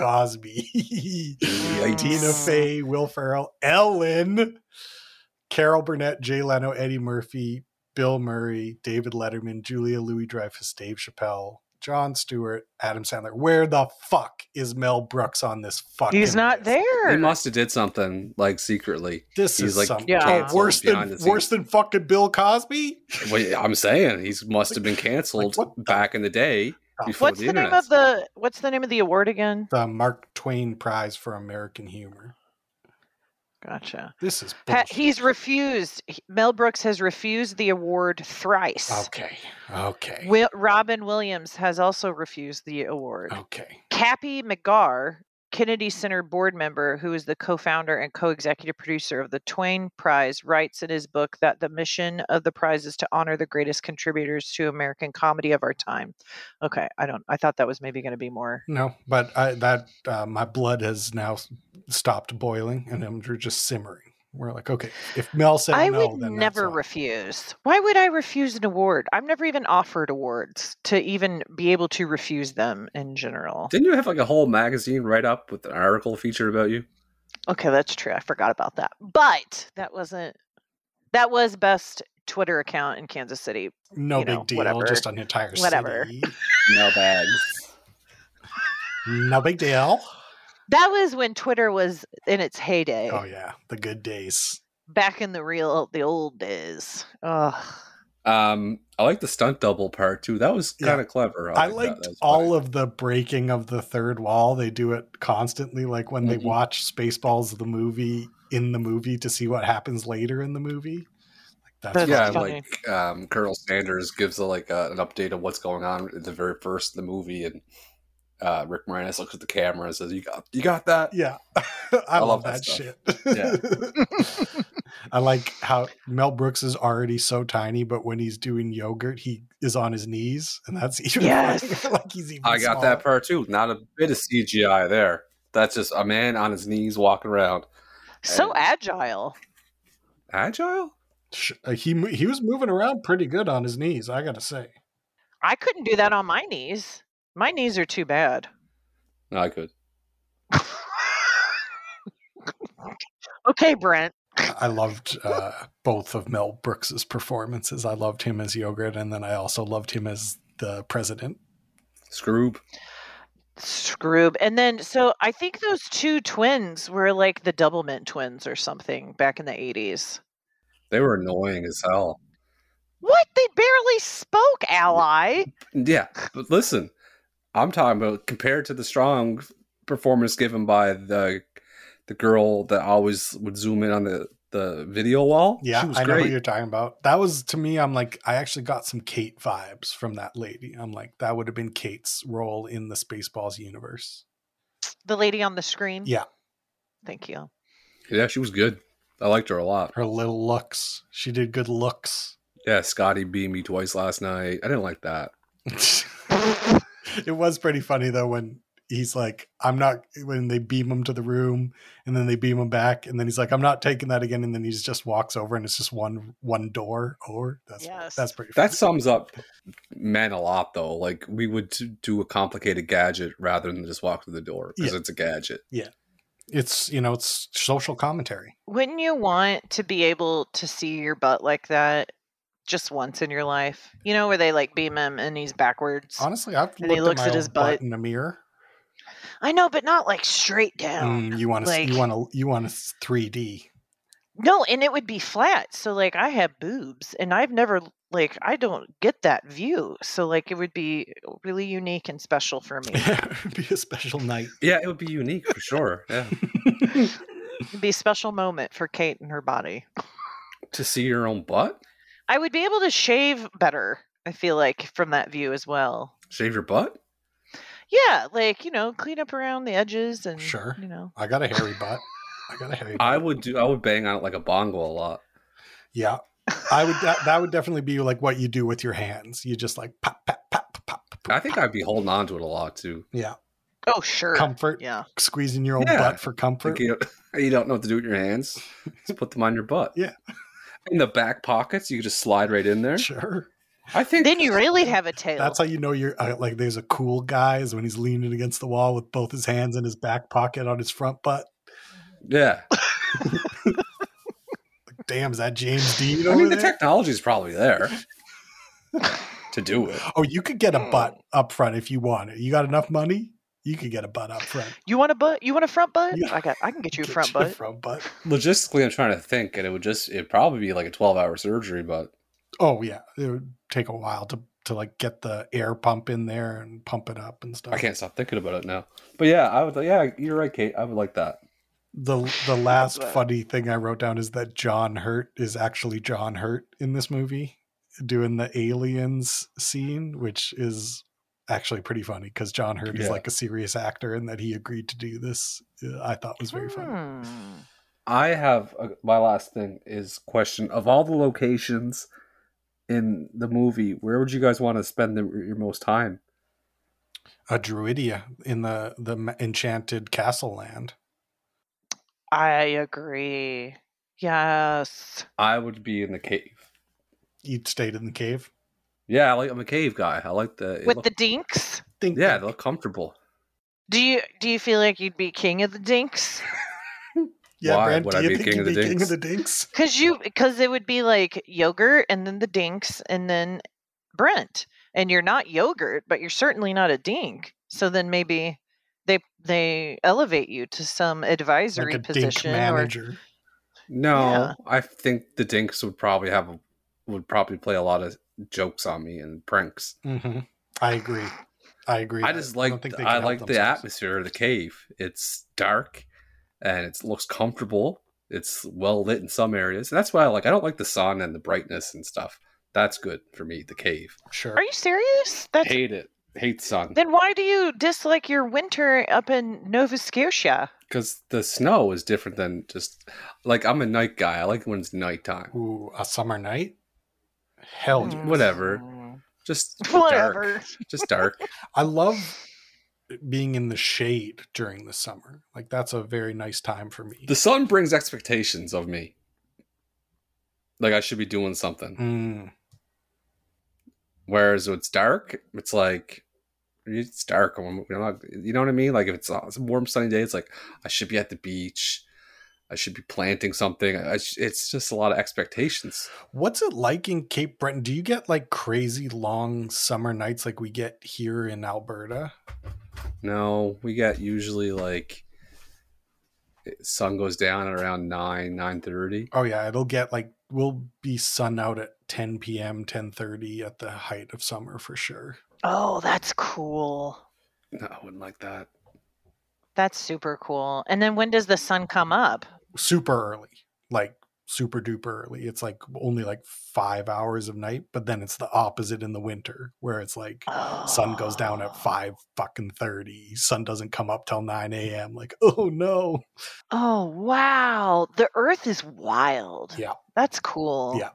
Cosby, Tina Yikes. Fey, Will Ferrell, Ellen, Carol Burnett, Jay Leno, Eddie Murphy, Bill Murray, David Letterman, Julia Louis Dreyfus, Dave Chappelle, John Stewart, Adam Sandler. Where the fuck is Mel Brooks on this fucking? He's not list? there. He must have did something like secretly. This He's is like some Yeah. oh, worse behind than the worse scenes. than fucking Bill Cosby. Well, yeah, I'm saying he must have been canceled Like, what the- back in the day before what's the, name internet. of the What's the name of the award again? The uh, Mark Twain Prize for American Humor. Gotcha. This is Ha- bullshit. he's refused. he- Mel Brooks has refused the award thrice. okay, okay, Wi- Robin Williams has also refused the award. okay. Cappy McGar, Kennedy Center board member who is the co founder and co executive producer of the Twain Prize, writes in his book that the mission of the prize is to honor the greatest contributors to American comedy of our time. Okay, I don't, I thought that was maybe going to be more. No, but I, that uh, my blood has now s- stopped boiling, and I'm ju- just simmering. We're like, okay, if Mel said I no, would then that's never on. refuse. Why would I refuse an award? I'm never even offered awards to even be able to refuse them in general. Didn't you have like a whole magazine write up with an article featured about you? Okay, that's true. I forgot about that. But that wasn't that was best Twitter account in Kansas City. No you big know, deal. whatever. Just an entire Whatever. city. No bags. No big deal. That was when Twitter was in its heyday. Oh yeah, the good days. Back in the real the old days. Oh. Um, I like the stunt double part too. That was Yeah. kind of clever. I like that. liked That was all funny. of the breaking of the third wall. They do it constantly, like when they Mhm. watch Spaceballs the movie in the movie to see what happens later in the movie. Like That's that's yeah, yeah, funny. like um, Colonel Sanders gives a, like a, an update of what's going on at the very first of the movie, and uh, Rick Moranis looks at the camera and says, "You got, you got that." yeah. I, love, love that, that shit. Yeah. I like how Mel Brooks is already so tiny, but when he's doing yogurt, he is on his knees, and that's even Yes. funnier. like he's even. I got smaller. that part too. Not a bit of CGI there. That's just a man on his knees walking around. So And- agile. Agile? Sh- uh, He mo- he was moving around pretty good on his knees. I gotta say. I couldn't do that on my knees. My knees are too bad. No, I could. okay, Brent. I loved uh, both of Mel Brooks's performances. I loved him as Yogurt, and then I also loved him as the president. Scroob. Scroob. And then, so I think those two twins were like the Doublemint twins or something back in the 80s. They were annoying as hell. What? They barely spoke, ally. Yeah, but listen, I'm talking about compared to the strong performance given by the the girl that always would zoom in on the the video wall. Yeah, she was I know what great. you're talking about. That was to me. I'm like, I actually got some Kate vibes from that lady. I'm like, that would have been Kate's role in the Spaceballs universe. The lady on the screen. Yeah. Thank you. Yeah, she was good. I liked her a lot. Her little looks. She did good looks. Yeah, Scotty beat me twice last night. I didn't like that. it was pretty funny though when he's like, I'm not when they beam him to the room and then they beam him back and then he's like, I'm not taking that again and then he just walks over and it's just one one door over. That's Yes. that's pretty That sums up men a lot, though. Like we would t- do a complicated gadget rather than just walk through the door because Yeah. it's a gadget. funny. It's you know, it's social commentary. Wouldn't you want to be able to see your butt like that just once in your life? You know, where they like beam him and he's backwards. Honestly, I've And he looked looks at, my at his own butt butt. in a mirror. I know, but not like straight down. Mm, you want to Oh, like- you want to you want to 3D. No, and it would be flat. So like I have boobs and I've never like I don't get that view. So like it would be really unique and special for me. it would be a special night. Yeah, it would be unique for sure. Yeah, It'd be a special moment for Kate and her body. to see your own butt, I would be able to shave better, I feel like, from that view as well. shave your butt. Yeah, like, you know, clean up around the edges and Sure. you know. I got a hairy butt. I got a hairy butt. I would do. I would bang on it like a bongo a lot. Yeah. I would that, that would definitely be like what you do with your hands. You just like pop pop pop pop, pop. pop, I think I'd be holding on to it a lot too. yeah, Oh sure. comfort, Yeah. squeezing your own Yeah. butt for comfort. Like you, you don't know what to do with your hands. Just put them on your butt. Yeah. In the back pockets, you could just slide right in there. Sure. I think Then you really have a tail. That's how you know you're uh, like there's a cool guy is when he's leaning against the wall with both his hands in his back pocket on his front butt. Yeah. Damn, is that James Dean I over mean, the there? technology's probably there. to do it. Oh, you could get a Hmm. butt up front if you want it. You got enough money? You could get a butt up front. You want a butt? You want a front butt? Yeah. I got. I can get you a Get front you a butt. front butt. Logistically, I'm trying to think, and it would just it'd probably be like a 12 hour surgery, but Oh yeah, it would take a while to to like get the air pump in there and pump it up and stuff. I can't stop thinking about it now. But yeah, I would. Yeah, you're right, Kate. I would like that. The the last But- funny thing I wrote down is that John Hurt is actually John Hurt in this movie doing the aliens scene, which is actually pretty funny because John Hurt is Yeah. like a serious actor and that he agreed to do this. uh, I thought was very funny. Hmm. I have a, my last thing is question of all the locations in the movie, where would you guys want to spend the, your most time? Hmm. A Druidia in the the ma- enchanted castle land. I agree. Yes. I would be in the cave. You stayed in the cave. Yeah, I like, I'm a cave guy. I like the it With look- the dinks. Think yeah, they look comfortable. Do you do you feel like you'd be king of the dinks? yeah. Why Brad, would do I you be think king you'd of the be king of dinks? the dinks? Cause you because it would be like yogurt and then the dinks and then Brent. And you're not yogurt, but you're certainly not a dink. So then maybe they they elevate you to some advisory position or No, Yeah. I think the Dinks would probably have a, would probably play a lot of jokes on me and pranks. hmm I agree. I agree. I just don't think like th- they can I help like the themselves. atmosphere of the cave. It's dark and it looks comfortable. It's well lit in some areas. And that's why I like I don't like the sun and the brightness and stuff. That's good for me, the cave. Sure. Are you serious? That's Hate it. Hate sun. then why do you dislike your winter up in Nova Scotia? Because the snow is different than just like I'm a night guy. I like when it's nighttime. Ooh, a summer night. Hell, yeah. Mm. Whatever. Just Whatever. dark. Just dark. I love being in the shade during the summer. Like that's a very nice time for me. the sun brings expectations of me. Like I should be doing something. Mm, Whereas when it's dark, it's like it's dark. and we're not- You know what I mean? Like if it's a, it's a warm sunny day, it's like I should be at the beach. I should be planting something. I sh- it's just a lot of expectations. What's it like in Cape Breton? Do you get like crazy long summer nights like we get here in Alberta? No, we get usually like it- sun goes down at around nine nine thirty. Oh yeah, it'll get like we'll be sun out at 10 p.m., 10:30 at the height of summer for sure. Oh, that's cool. No, I wouldn't like that. That's super cool. And then when does the sun come up? super early, like super duper early. It's like only like five hours of night, but then it's the opposite in the winter where it's like sun goes down at Oh. five fucking thirty. Sun doesn't come up till nine a.m. Like oh no, Oh wow, the Earth is wild. Yeah. that's cool. Yeah.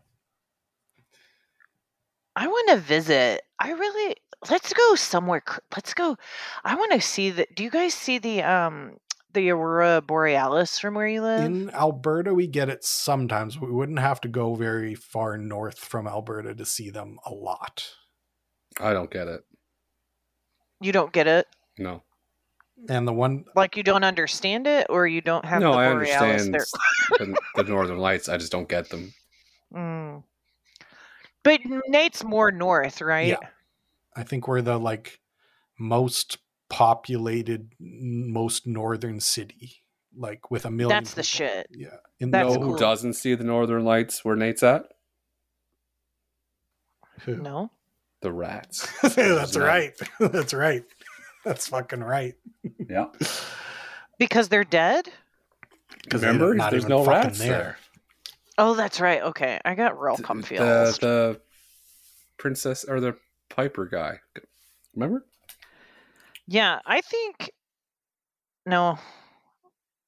I want to visit. I really let's go somewhere. cr- Let's go. I want to see the. Do you guys see the um the aurora borealis from where you live? in Alberta we get it sometimes. but We wouldn't have to go very far north from Alberta to see them a lot. I don't get it. you don't get it, No, Mm. And the one like you don't understand it, or you don't have no, the I borealis understand there. the, the northern lights. I just don't get them. Mm. But Nate's more north, right? Yeah. I think we're the like most populated, n- most northern city, like with a million. That's the people. shit. Yeah, in That's no, cool. who doesn't see the northern lights where Nate's at? Who? No. The rats. That's None. right. That's right. That's fucking right. Yeah. Because they're dead? they're Remember, not there's even no fucking rats there. Oh, that's right. Okay. I got real Th- confused. The, the princess or the piper guy. Remember? yeah, I think. No.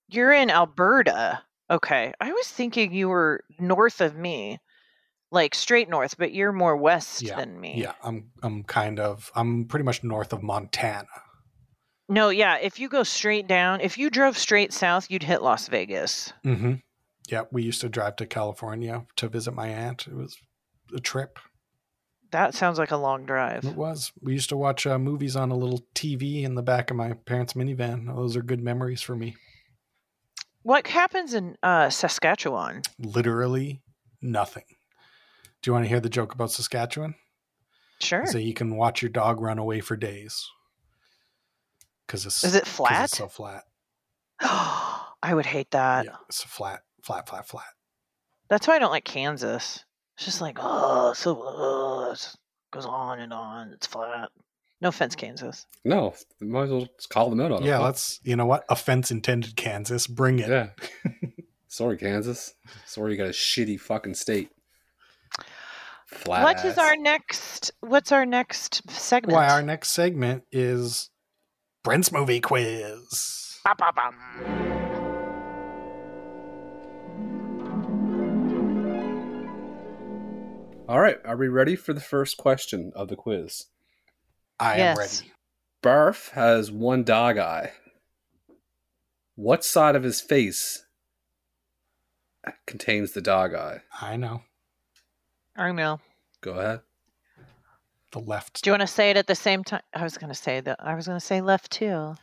You're in Alberta. Okay. I was thinking you were north of me, like straight north, but you're more west Yeah, than me. Yeah, I'm I'm kind of I'm pretty much north of Montana. No, yeah. If you go straight down, if you drove straight south, you'd hit Las Vegas. Mm-hmm. Yeah, we used to drive to California to visit my aunt. It was a trip. That sounds like a long drive. It was. We used to watch uh, movies on a little TV in the back of my parents' minivan. Those are good memories for me. What happens in uh, Saskatchewan? Literally nothing. Do you want to hear the joke about Saskatchewan? Sure. so you can watch your dog run away for days because it's, Is 'cause it flat? it's so flat I would hate that. yeah it's flat flat flat flat That's why I don't like Kansas. It's just like, oh, so uh, it goes on and on. It's flat. No offense, Kansas. No, might as well just call them out on it. yeah Fuck. let's you know what offense intended kansas bring it Yeah. Sorry, Kansas. Sorry, you got a shitty fucking state. Flat What is ass. our next? What's our next segment? why our next segment is brent's movie quiz Ba, ba, bum. All right, are we ready for the first question of the quiz? i Yes. am ready Barf has one dog eye. What side of his face contains the dog eye? i know I don't know. Go ahead. the left Do you want to say it at the same time? I was going to say that. I was going to say left too.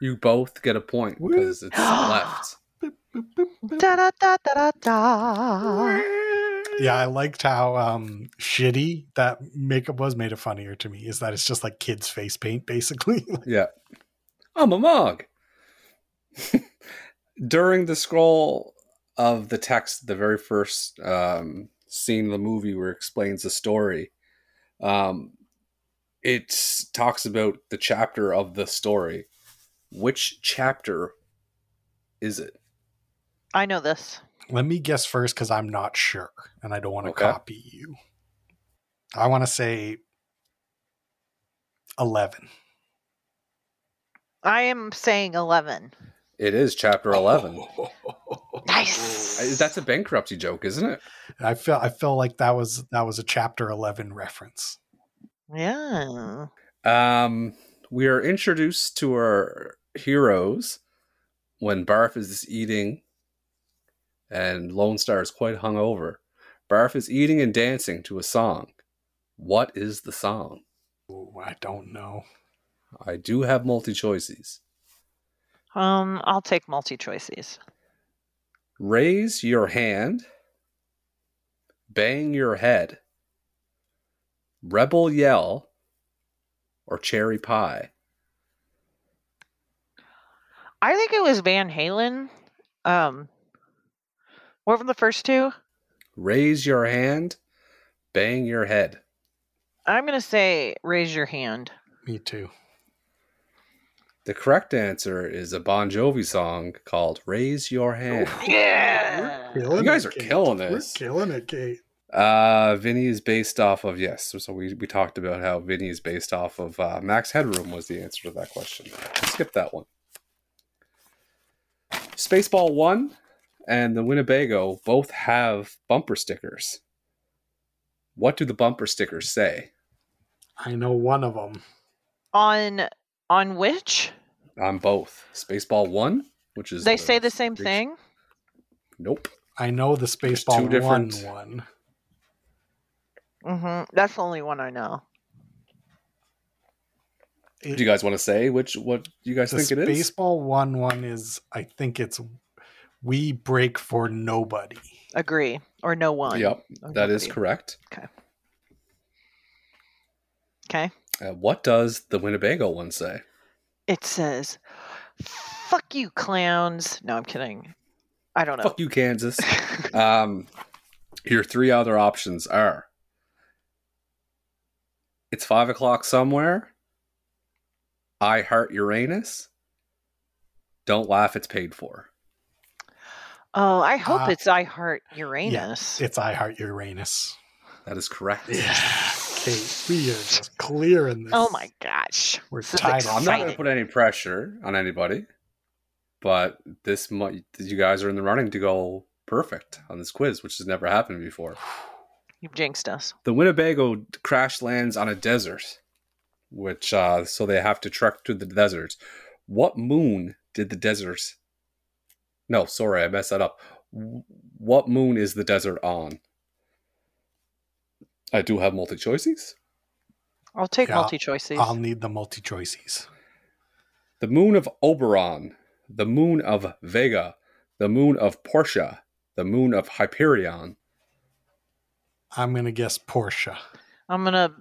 You both get a point because it's left. Mm-hmm. Da da da da da da. yeah i liked how um shitty that makeup was made it funnier to me is that it's just like kids face paint basically Yeah. I'm a mog. During the scroll of the text, the very first um, scene of the movie where it explains the story, um, it talks about the chapter of the story. Which chapter is it? I know this. Let me guess first because I'm not sure and I don't want to Okay. copy you. I want to say 11. I am saying eleven. It is chapter 11. Oh. Oh. I- Nice. That's a bankruptcy joke, isn't it? I feel I feel like that was that was a chapter 11 reference. yeah. Um, we are introduced to our heroes when Barf is eating, and Lone Star is quite hungover. Barf is eating and dancing to a song. What is the song? Ooh, I don't know. I do have multi choices. Um, I'll take multi choices. Raise your hand. Bang your head. Rebel yell. Or cherry pie. I think it was Van Halen. Um, what were the first two? Raise your hand. Bang your head. I'm gonna say raise your hand. Me too. The correct answer is a Bon Jovi song called Raise Your Hand. Yeah. Killing You guys it, are Kate. killing We're this. killing it, Kate. Uh, Vinny is based off of, yes, so- so we, we talked about how Vinny is based off of uh, Max Headroom was the answer to that question. Skip that one. Spaceball 1 and the Winnebago both have bumper stickers. What do the bumper stickers say? I know one of them. On on which On both. Spaceball 1, which is. they say the same thing. Nope. I know the Spaceball one different- one. Mm-hmm. That's the only one I know. Do you guys want to say which what you guys The think it is? Spaceball one one is I think it's we break for nobody. Agree or no one. Yep, Or that is nobody. correct. Okay. Uh, what does the Winnebago one say? It says, "Fuck you, clowns." No, I'm kidding. I don't know. Fuck you, Kansas. um, your three other options are: it's five o'clock somewhere. I heart Uranus. Don't laugh; it's paid for. oh, I hope Ah. Uh, it's I Heart Uranus. It's I Heart Uranus. That is correct. Kate, we are just clearing this. oh my gosh. We're This is tied I'm on that. not going to Exciting. put any pressure on anybody, but this might you guys are in the running to go perfect on this quiz, which has never happened before. You've jinxed us. The Winnebago crash lands on a desert, which uh, so they have to trek through the desert. What moon did the desert? No, sorry, I messed that up. W- What moon is the desert on? I do have multi choices. I'll take Yeah, um, multi choices. I'll need the multi choices. The moon of Oberon, the moon of Vega, the moon of Portia, the moon of Hyperion. I'm gonna guess Portia. I'm gonna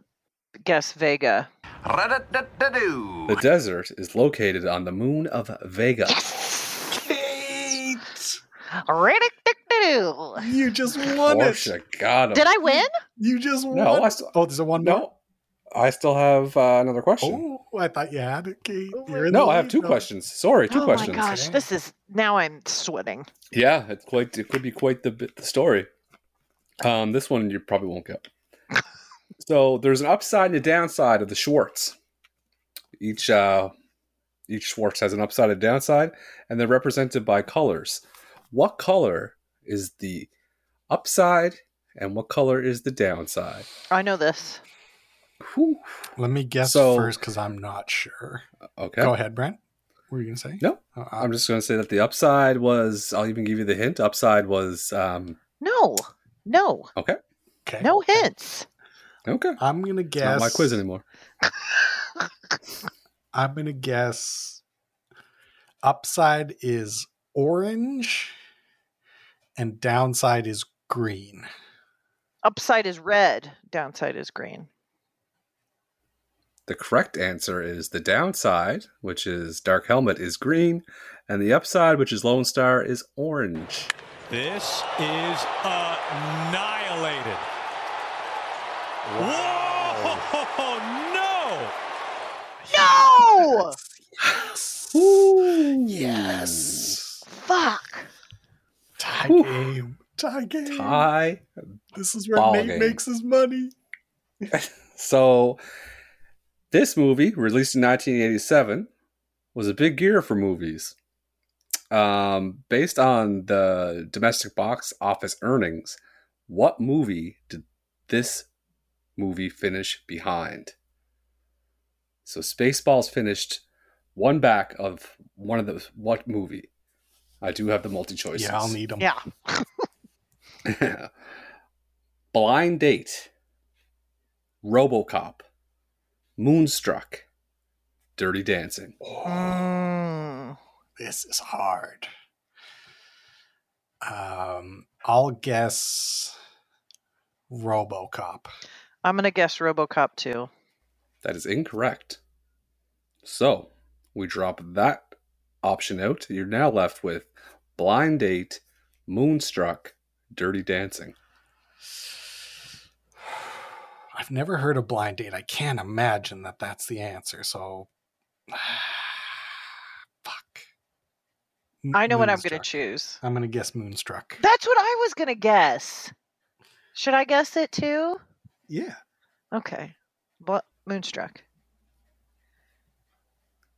guess Vega. Ra-da-da-da-doo. The desert is located on the moon of Vega. Yes. Kate, Riddick-dick-doo. you just won it. Portia got him. Did I win? You just won. No, I still, oh, there's a one more. no, I still have uh, another question. Oh, I thought you had it, Kate. Oh, You're in no, the I have lead, two though. questions. Sorry, two oh questions. my gosh, Okay. this is now I'm sweating. Yeah, it's quite. It could be quite the, bit- the story. Um, this one you probably won't get. so there's an upside and a downside of the Schwartz. Each uh, each Schwartz has an upside and downside, and they're represented by colors. What color is the upside, and what color is the downside? I know this. Whew. Let me guess So- first because I'm not sure. Okay. Go ahead, Brent. What were you gonna say? No, Oh, I'm just going to say that the upside was. I'll even give you the hint. Upside was. Um, No, no, okay. no hints. okay. I'm gonna It's guess. Not my quiz anymore. I'm gonna guess. Upside is orange, and downside is green. Upside is red, downside is green. The correct answer is the downside, which is Dark Helmet is green, and the upside, which is Lone Star, is orange. This is annihilated. Whoa! No! No! Yes. Yes. Fuck. Tie Whew. game. Tie game. Tie. This is where Ball Nate game. makes his money. So, this movie, released in 1987, was a big year for movies. Um, based on the domestic box office earnings, what movie did this movie finish behind? So, Spaceballs finished one back of one of the what movie? I do have the multi choices. Yeah, I'll need them. Yeah. Blind Date, RoboCop, Moonstruck, Dirty Dancing. Mm. This is hard. Um, I'll guess RoboCop. I'm gonna guess RoboCop 2. That is incorrect. So we drop that option out. You're now left with Blind Date, Moonstruck, Dirty Dancing. I've never heard of blind date. I can't imagine that that's the answer. So, fuck. M- I know what I'm gonna Moonstruck. choose. I'm gonna guess Moonstruck. That's what I was gonna guess. Should I guess it too? Yeah. Okay. But Moonstruck.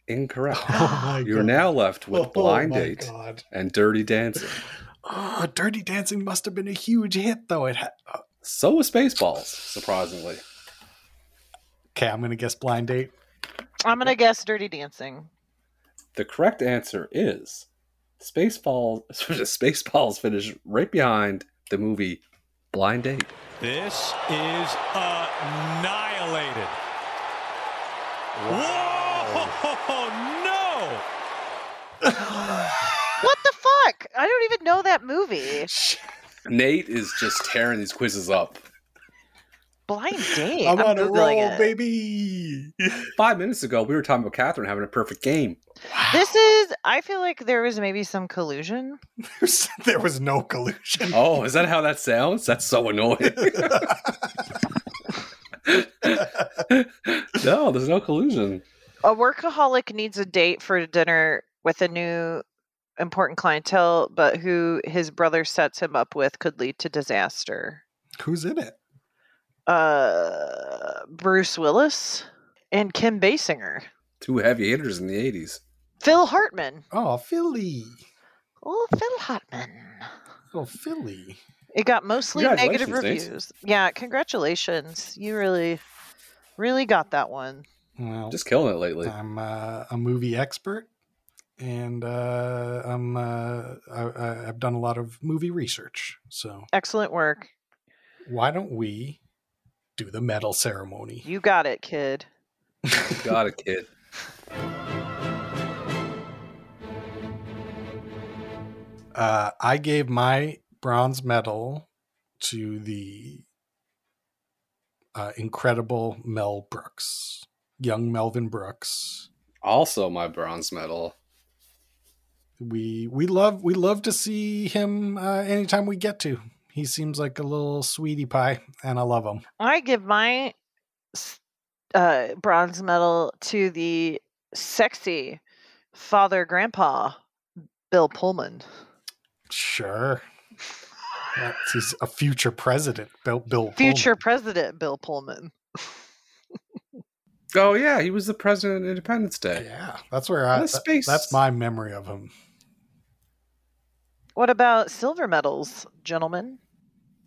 Incorrect. Oh my You're God. now left with Oh Blind my Date God. and Dirty Dancing. Oh, Dirty Dancing must have been a huge hit, though. It. Ha- oh. So was Spaceballs, surprisingly. okay, I'm gonna guess blind date. I'm gonna guess Dirty Dancing. The correct answer is Spaceballs. Spaceballs finished right behind the movie Blind Date. This is annihilated. Whoa! No! What the fuck? I don't even know that movie. Nate is just tearing these quizzes up. Blind date. I'm, on a roll, Googling it. baby. Five minutes ago, we were talking about Catherine having a perfect game. This is. I feel like there was maybe some collusion. There's- there was no collusion. Oh, is that how that sounds? That's so annoying. no, there's no collusion. A workaholic needs a date for dinner with a new important clientele, but who his brother sets him up with could lead to disaster. Who's in it? Uh, Bruce Willis and Kim Basinger, Two heavy hitters in the 80s. Phil Hartman. Oh, Philly. Oh, Phil Hartman. Oh, Philly. It got mostly negative Congratulations, Nate. reviews. Yeah, congratulations. You really, really got that one. Well, Just killing it lately. I'm uh, a movie expert, and uh, I'm uh, I, I- I've done a lot of movie research. So Excellent work. why don't we do the medal ceremony? You got it, kid. Got it, kid. Uh, I gave my bronze medal to the uh, incredible Mel Brooks, young Melvin Brooks. Also, my bronze medal. We we love we love to see him uh, anytime we get to. He seems like a little sweetie pie, and I love him. I give my s- uh, bronze medal to the sexy father grandpa, Bill Pullman. Sure, That's- he's a future president, Bill. Bill Pullman. Future president Bill Pullman. Oh yeah, he was the president of Independence Day. Yeah, that's where What I. a that- space. that's my memory of him. What about silver medals, gentlemen?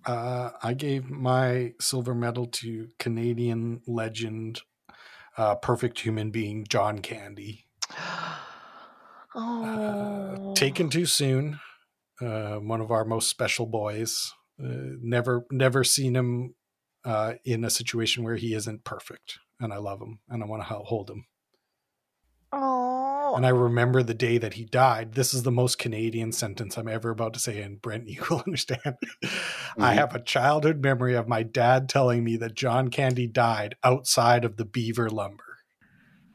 Uh, I gave my silver medal to Canadian legend, uh, perfect human being John Candy. Oh, Uh, taken too soon. Uh, one of our most special boys. Uh, never, never seen him uh, in a situation where he isn't perfect, and I love him, and I want to hold him. Oh, And I remember the day that he died. This is the most Canadian sentence I'm ever about to say, and Brent, you will understand. I Mhm. have a childhood memory of my dad telling me that John Candy died outside of the Beaver Lumber.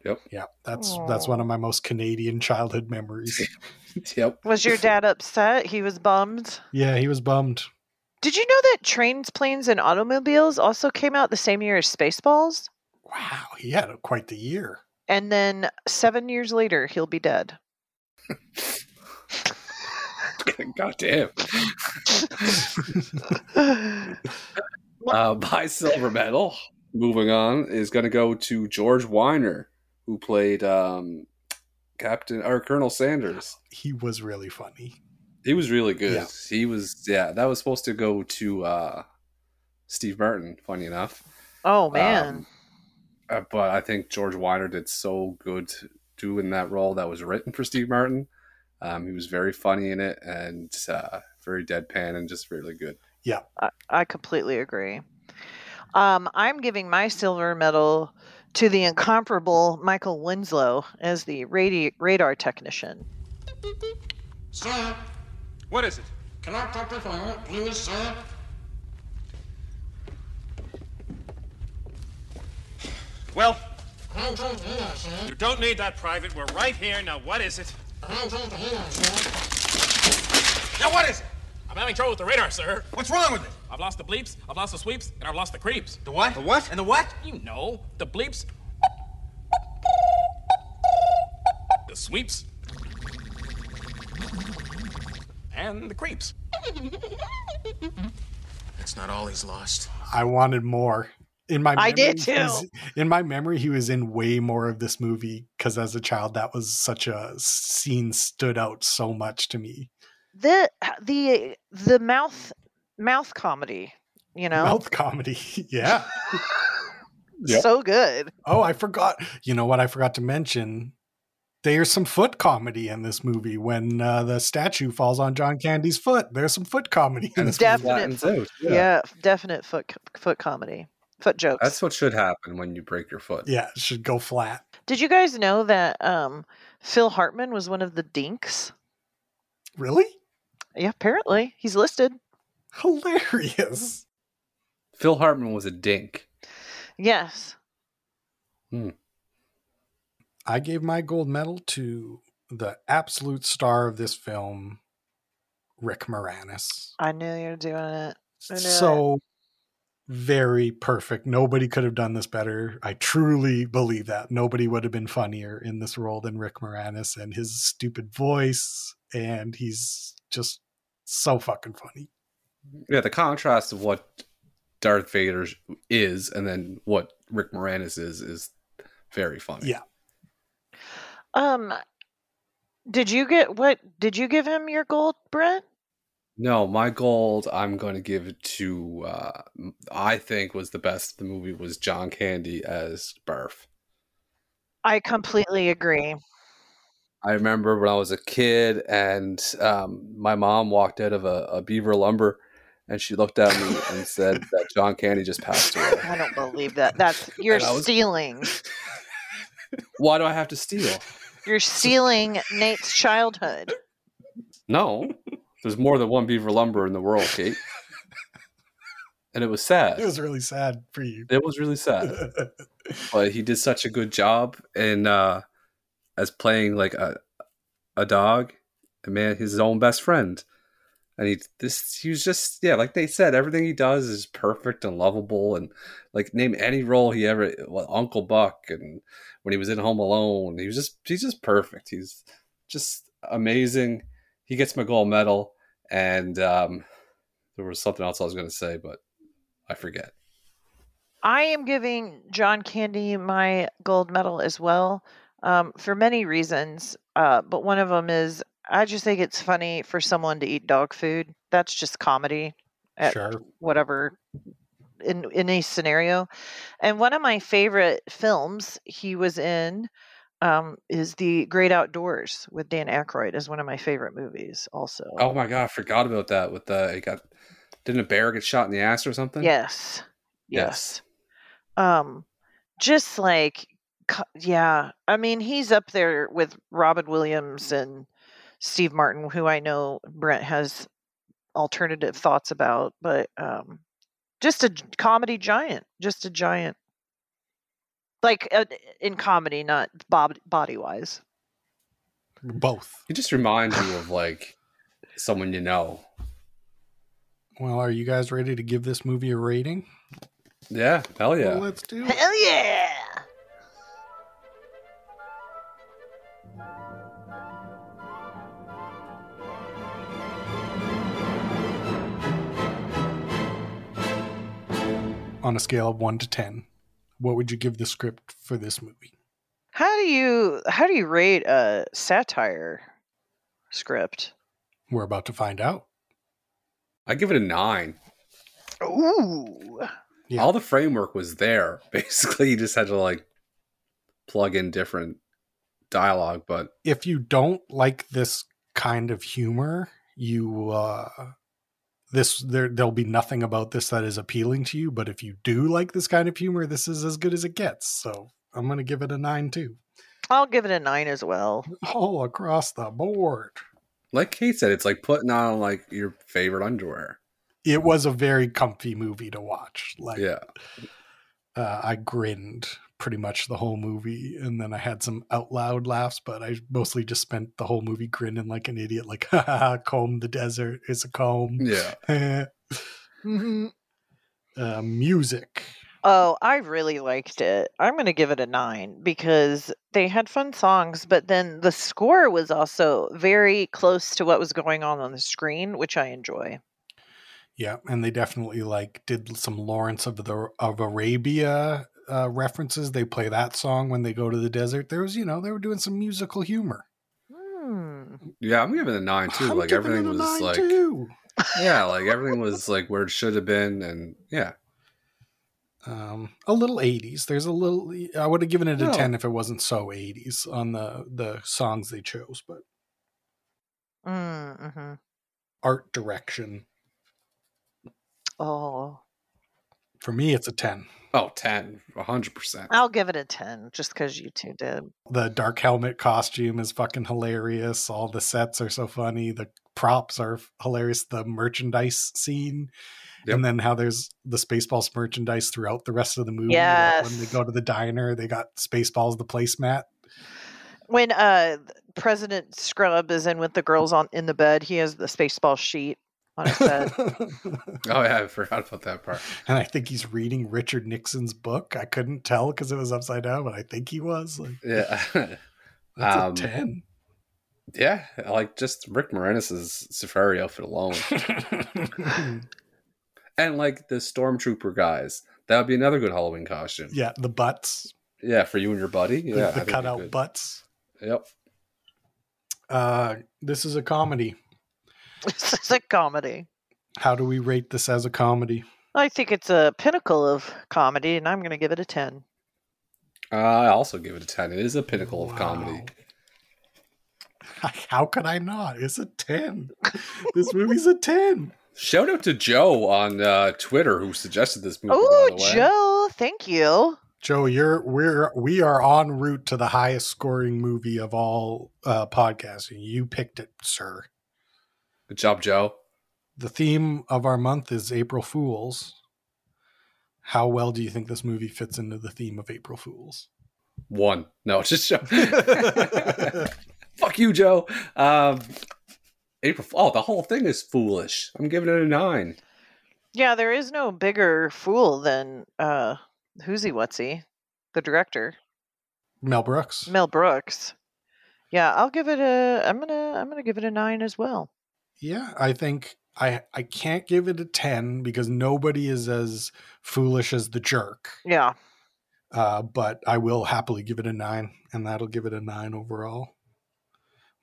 Yep. Yeah, that's that's one of my most Canadian childhood memories. Yep. was your dad upset? He was bummed. yeah, he was bummed. Did you know that trains, planes, and automobiles also came out the same year as Spaceballs? Wow, he had a, quite the year. And then seven years later, he'll be dead. God damn. Uh, by silver medal. Moving on is going to go to George Weiner, who played um, Captain or Colonel Sanders. He was really funny. He was really good. Yeah. He was yeah. That was supposed to go to uh, Steve Martin. Funny enough. oh man. Um, uh, but I think George Weiner did so good doing that role that was written for Steve Martin. Um, he was very funny in it and uh, very deadpan and just really good. I, I completely agree. Um, I'm giving my silver medal to the incomparable Michael Winslow as the radi- radar technician. Sir, What is it? can I talk to Farmer, please, sir? Well, I'm just here, sir. you don't need that private. We're right here. Now, what is it? I'm just here, sir. Now, what is it? I'm having trouble with the radar, sir. What's wrong with it? I've lost the bleeps, I've lost the sweeps, and I've lost the creeps. The what? The what? And the what? You know, the bleeps, the sweeps, and the creeps. That's not all he's lost. I wanted more. In my I did memory, he's- In my memory, he was in way more of this movie because as a child, that was such a scene stood out so much to me. The the the mouth mouth comedy, you know, Mouth comedy, yeah. Yep. so good. Oh, I forgot. You know what? I forgot to mention. There's some foot comedy in this movie when uh, the statue falls on John Candy's foot. There's some foot comedy in this movie. Definite. Flattens out, Yeah, definite foot co- foot comedy, foot jokes. That's what should happen when you break your foot. Yeah, it should go flat. Did you guys know that um, Phil Hartman was one of the dinks? Really Yeah, apparently he's listed. hilarious. Phil Hartman was a dink. Yes. I gave my gold medal to the absolute star of this film, Rick Moranis. I knew you were doing it. I know it. So very perfect. Nobody could have done this better. I truly believe that. Nobody would have been funnier in this role than Rick Moranis and his stupid voice. And he's just so fucking funny. Yeah, the contrast of what Darth Vader is and then what Rick Moranis is is very funny. Yeah. Um, did you get what? Did you give him your gold, Brent? No, my gold I'm going to give it to uh, m- I think was the best of the movie was John Candy as Barf. I completely agree. I remember when I was a kid and um, my mom walked out of a, a beaver lumber and she looked at me and said that John Candy just passed away. I don't believe that. That's you're And I was- stealing. Why do I have to steal? You're stealing Nate's childhood. No. There's more than one beaver lumber in the world, Kate. and it was sad. It was really sad for you. It was really sad, but he did such a good job and uh, as playing like a a dog, a man, his own best friend, and he this he was just yeah, like they said, everything he does is perfect and lovable, and like name any role he ever well, Uncle Buck, and when he was in Home Alone, he was just he's just perfect. He's just amazing. He gets my gold medal, and um, there was something else I was going to say, but I forget. I am giving John Candy my gold medal as well um, for many reasons, uh, but one of them is I just think it's funny for someone to eat dog food. That's just comedy at Sure. whatever in, in any scenario. And one of my favorite films he was in um, is The Great Outdoors with Dan Aykroyd is one of my favorite movies also. Oh my god, I forgot about that. With the it got didn't a bear get shot in the ass or something? Yes. Yes. Yes. Um just like co- yeah, I mean he's up there with Robin Williams and Steve Martin who I know Brent has alternative thoughts about, but um just a g- comedy giant, just a giant. Like uh, in comedy, not bob- body wise. Both. He just reminds you of like someone you know. Well, are you guys ready to give this movie a rating? Yeah, hell yeah. Well, let's do it. Hell yeah! On a scale of one to ten, what would you give the script for this movie? How do you how do you rate a satire script? We're about to find out. I give it a nine. Ooh. Yeah. All the framework was there. Basically, you just had to like plug in different dialogue, but If you don't like this kind of humor, you uh this there there'll be nothing about this that is appealing to you, but if you do like this kind of humor, this is as good as it gets. So I'm gonna give it a nine too. I'll give it a nine as well. All across the board. like Kate said, it's like putting on like your favorite underwear. It was a very comfy movie to watch. Like Yeah. uh, I grinned pretty much the whole movie, and then I had some out loud laughs, but I mostly just spent the whole movie grinning like an idiot, like "Ha, ha ha, comb the desert is a comb. Yeah. Mm-hmm. uh, music. Oh, I really liked it. I'm going to give it a nine because they had fun songs, but then the score was also very close to what was going on on the screen, which I enjoy. Yeah, and they definitely like did some Lawrence of the of Arabia uh, references. They play that song when they go to the desert. There was, you know, they were doing some musical humor. Hmm. Yeah, I'm giving it a nine too. I'm like giving it everything a was nine, like too. Yeah, like everything was like where it should have been and yeah. um a little 80s there's a little i would have given it a No. 10 if it wasn't so 80s on the the songs they chose but Mm, mhm. art direction Oh, for me it's a 10 Oh, 10, 100%. I'll give it a 10 just because you two did. the dark helmet costume is fucking hilarious all the sets are so funny the props are f- hilarious the merchandise scene Yep. and then how there's the spaceballs merchandise throughout the rest of the movie like when they Yes. go to the diner they got spaceballs the placemat When uh, th- President Scrub is in with the girls on in the bed, he has the spaceball sheet on his bed. Oh, yeah, I forgot about that part. and I think he's reading Richard Nixon's book. I couldn't tell because it was upside down, but I think he was. Like, Yeah. that's Um, a ten. yeah, like just Rick Moranis's safari outfit alone. and like the stormtrooper guys. That would be another good Halloween costume. yeah, the butts, Yeah, for you and your buddy. the- Yeah, I the, think cutout it'd be butts. good. Yep. Uh, this is a comedy. this is a comedy. How do we rate this as a comedy? I think it's a pinnacle of comedy, and I'm going to give it a 10. Uh, I also give it a 10. It is a pinnacle of comedy. How could I not? It's a ten. this movie's a ten. Shout out to Joe on uh, Twitter who suggested this movie. by Oh, the way. Joe, thank you. Joe, you're we're we are en route to the highest scoring movie of all uh, podcasting. You picked it, sir. Good job, Joe. the theme of our month is April Fools, How well do you think this movie fits into the theme of April Fools? One. No, it's just Fuck you, Joe. Um, April. Oh, the whole thing is foolish. I'm giving it a nine. Yeah, there is no bigger fool than uh who's he what's he? The director. Mel Brooks. Mel Brooks. Yeah, I'll give it a I'm gonna I'm gonna give it a nine as well. Yeah, I think I I can't give it a ten because nobody is as foolish as the jerk. Yeah. Uh, but I will happily give it a nine, and that'll give it a nine overall.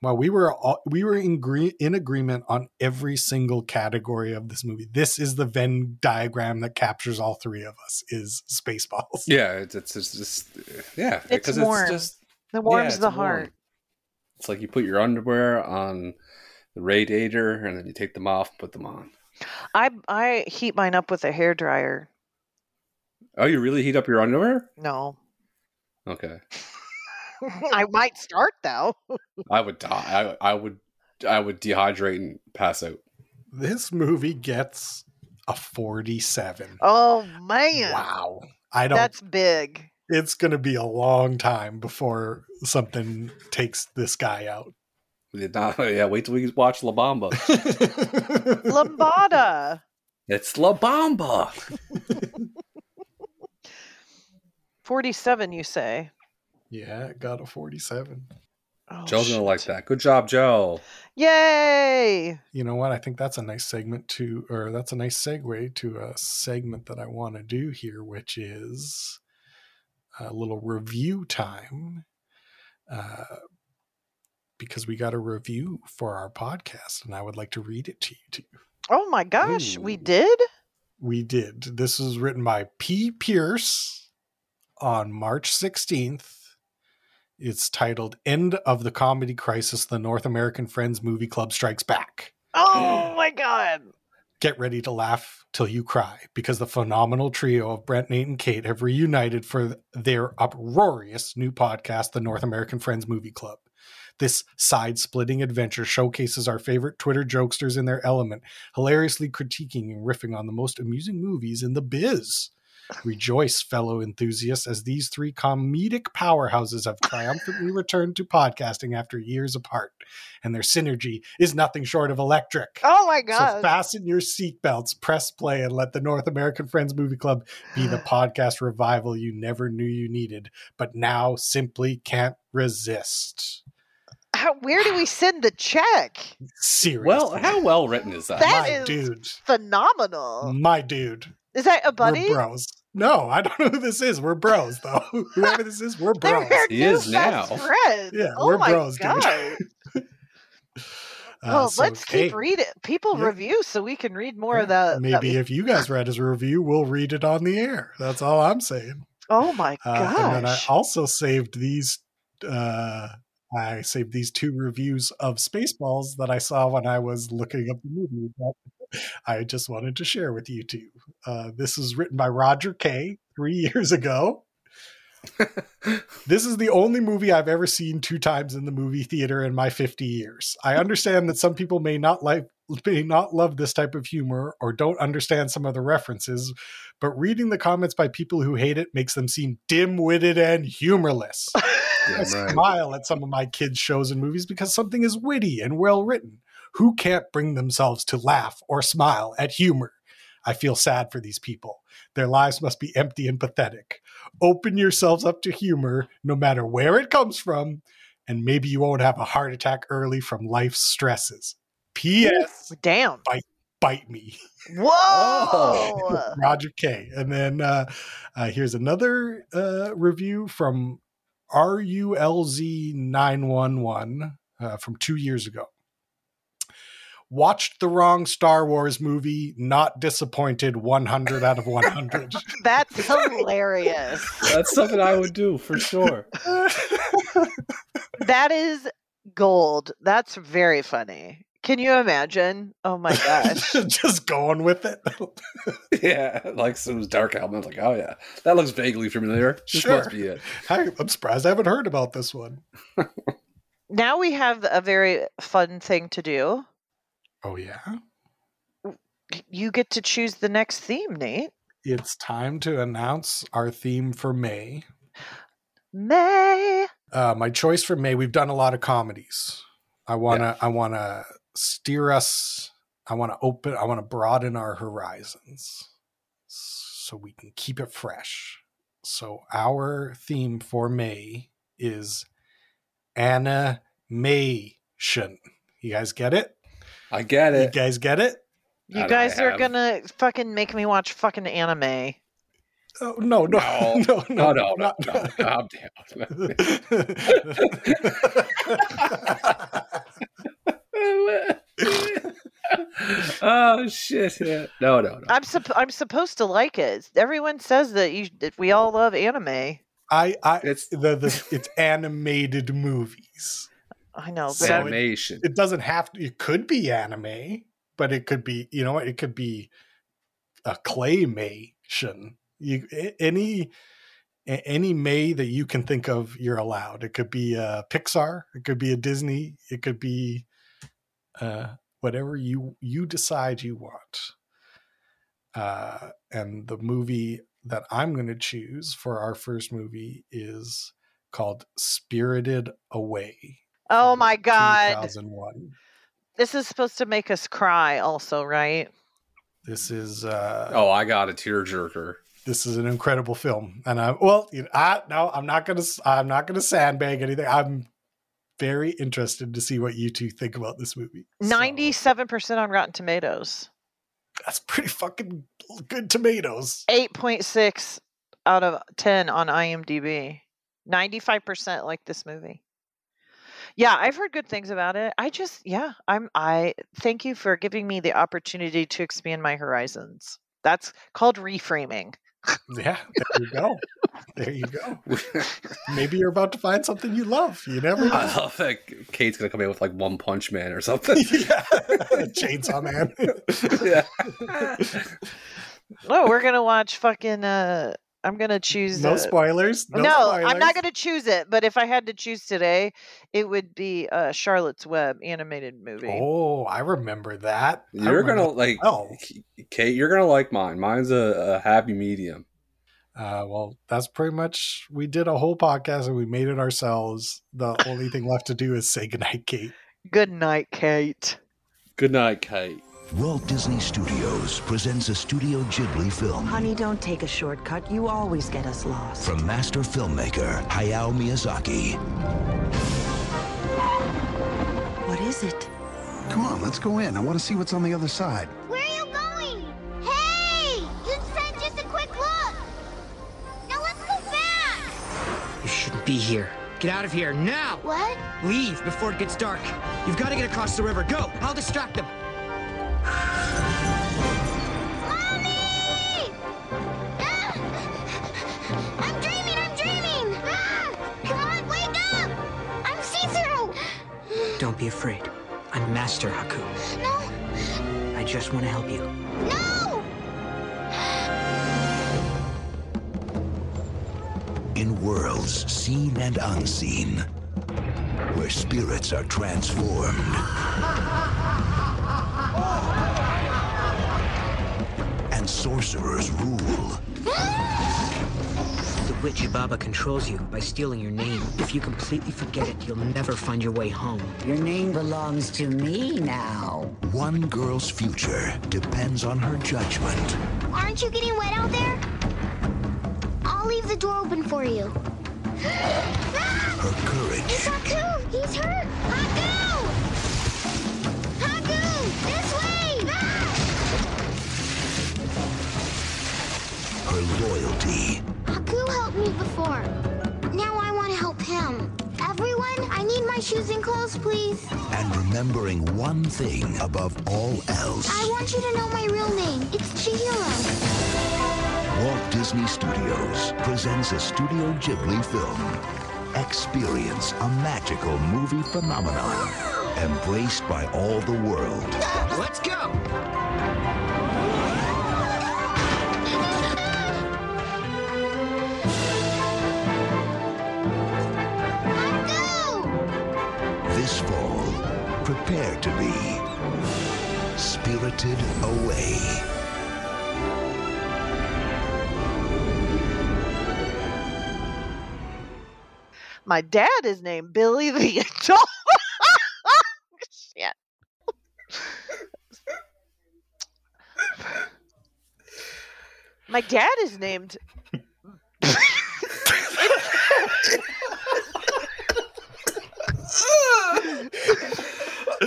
Wow, we were all, we were in gre- in agreement on every single category of this movie. This is the Venn diagram that captures all three of us: is Spaceballs. Yeah, it's it's just, just yeah. It's 'cause warm. just The yeah, warms it's the warm. heart. It's like you put your underwear on the radiator, and then you take them off, put them on. I I heat mine up with a hair dryer. Oh, you really heat up your underwear? No. Okay, I might start though. I would die. I, I would I would dehydrate and pass out. This movie gets a forty-seven. Oh man. Wow, I don't. That's big. it's going to be a long time before something takes this guy out. Yeah, wait till we watch La Bamba. Lombada. It's La Bamba. 47 you say. yeah, it got a forty-seven. Oh, Joe's gonna like shit. that. Good job, Joe. Yay! You know what? I think that's a nice segment to, or that's a nice segue to a segment that I want to do here, which is a little review time. Uh, because we got a review for our podcast, and I would like to read it to you too. Oh my gosh, we Ooh. did? We did. This was written by P. Pierce on March 16th. It's titled End of the Comedy Crisis The North American Friends Movie Club Strikes Back. Oh my god. Get ready to laugh till you cry because the phenomenal trio of Brent, Nate, and Kate have reunited for their uproarious new podcast, The North American Friends Movie Club. This side splitting adventure showcases our favorite Twitter jokesters in their element, hilariously critiquing and riffing on the most amusing movies in the biz. Rejoice, fellow enthusiasts, as these three comedic powerhouses have triumphantly returned to podcasting after years apart, and their synergy is nothing short of electric. Oh my So god. fasten your seatbelts, press play, and let the North American Friends Movie Club be the podcast revival you never knew you needed, but now simply can't resist. How, where do we send the check? Seriously. Well, how well written is that? That- my is- dude. Phenomenal. My dude. Is that a buddy? We're bros. No, I don't know who this is. We're bros, though. Whoever this is, we're They're bros. her He is new best now. friends. Yeah, oh we're my bros, dude. god. Uh, well, so, let's hey, keep reading. People Yeah. review so we can read more of yeah, that. that Maybe we- if you guys read his review, we'll read it on the air. That's all I'm saying. oh my Uh, gosh. and then I also saved these. Uh, I saved these two reviews of Spaceballs that I saw when I was looking up the movie. That I just wanted to share with you two. Uh, this was written by Roger Kay three years ago. this is the only movie I've ever seen two times in the movie theater in my 50 years. I understand that some people may not like may not love this type of humor or don't understand some of the references, but reading the comments by people who hate it makes them seem dim-witted and humorless. I Damn right. smile at some of my kids' shows and movies because something is witty and well written. Who can't bring themselves to laugh or smile at humor? I feel sad for these people. Their lives must be empty and pathetic. Open yourselves up to humor, no matter where it comes from, and maybe you won't have a heart attack early from life's stresses. P.S. Damn. Bite me. Whoa. Oh. Roger K. And then uh, uh, here's another uh, review from RULZ911 uh, from two years ago. Watched the wrong Star Wars movie, not disappointed 100 out of 100. That's hilarious. That's something I would do for sure. that is gold. That's very funny. Can you imagine? Oh my gosh. Just going with it. Yeah, like some dark album. I was like, oh yeah, that looks vaguely familiar. This Sure. must be it. I, I'm surprised I haven't heard about this one. now we have a very fun thing to do. Oh, yeah. You get to choose the next theme, Nate. it's time to announce our theme for May. May. Uh, my choice for May, we've done a lot of comedies. I wanna, I wanna steer us. I wanna open. I wanna broaden our horizons so we can keep it fresh. So our theme for May is animation. You guys get it? I get You it. guys get it? You That I guys are have. gonna fucking make me watch fucking anime. Oh, no, no, No. Oh, no, No, no, no, not- no. Calm down. oh shit! Yeah. No, no, no. I'm sup- I'm supposed to like it. Everyone says that you that we all love anime. I, I, It's the, the, it's animated movies. I know, but I, Anime. animation. It doesn't have to. It could be anime, but it could be, you know, it could be a claymation. You a- any a- any May that you can think of, you're allowed. It could be a Pixar. It could be a Disney. It could be uh, whatever you you decide you want. Uh, and the movie that I'm going to choose for our first movie is called Spirited Away. oh from my god, 2001. this is supposed to make us cry, also, right? This is uh, Oh, I got a tearjerker. this is an incredible film, and I well, you know, I no, I'm not gonna s- I'm not gonna sandbag anything. I'm very interested to see what you two think about this movie. So, Ninety-seven percent on Rotten Tomatoes, that's pretty fucking good tomatoes. eight point six out of ten on IMDb. Ninety-five percent like this movie. Yeah, I've heard good things about it. I just, yeah, I'm. I thank you for giving me the opportunity to expand my horizons. That's called reframing. Yeah, there you go. there you go. Maybe you're about to find something you love. You never know. I love that Kate's gonna come in with like One Punch Man or something. yeah. Chainsaw Man. yeah. No, Oh, we're gonna watch fucking. Uh, I'm gonna choose. no uh, spoilers. No, no, I'm not spoilers. gonna choose it. But if I had to choose today, it would be uh, Charlotte's Web animated movie. Oh, I remember that. I You're remember gonna like well. K- Kate. You're gonna like mine. Mine's a, a happy medium. Uh, well, that's pretty much. We did a whole podcast and we made it ourselves. The only thing left to do is say goodnight, Kate. Good night, Kate. Good night, Kate. Walt Disney Studios presents a Studio Ghibli film. Honey, don't take a shortcut. You always get us lost. From master filmmaker Hayao Miyazaki. What is it? Come on, let's go in. I want to see what's on the other side. Where are you going? Hey! You sent just a quick look! Now let's go back! You shouldn't be here. Get out of here now! What? Leave before it gets dark. You've got to get across the river. Go! I'll distract them. Mommy! Ah! I'm dreaming, I'm dreaming! Ah! God, wake up! I'm see-through! Don't be afraid. I'm Master Haku. No, I just want to help you. no! In worlds seen and unseen, where spirits are transformed. And sorcerers rule. The witch Ibaba controls you by stealing your name. If you completely forget it, you'll never find your way home. Your name belongs to me now. One girl's future depends on her judgment. Aren't you getting wet out there? I'll leave the door open for you. Ah! Her It's courage Haku! He's hurt! Haku! Haku! This way! Ah! her loyalty, Haku helped me before. Now I want to help him. Everyone, I need my shoes and clothes, please. and remembering one thing above all else. I want you to know my real name. It's Chihiro. Walt Disney Studios presents a Studio Ghibli film. Experience a magical movie phenomenon embraced by all the world. Let's go! Haku! This fall, prepare to be spirited away. my dad is named Billy the Adult. Shit. My dad is named.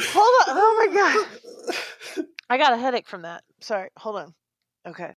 Hold on. Oh my god. I got a headache from that. Sorry. Hold on. Okay.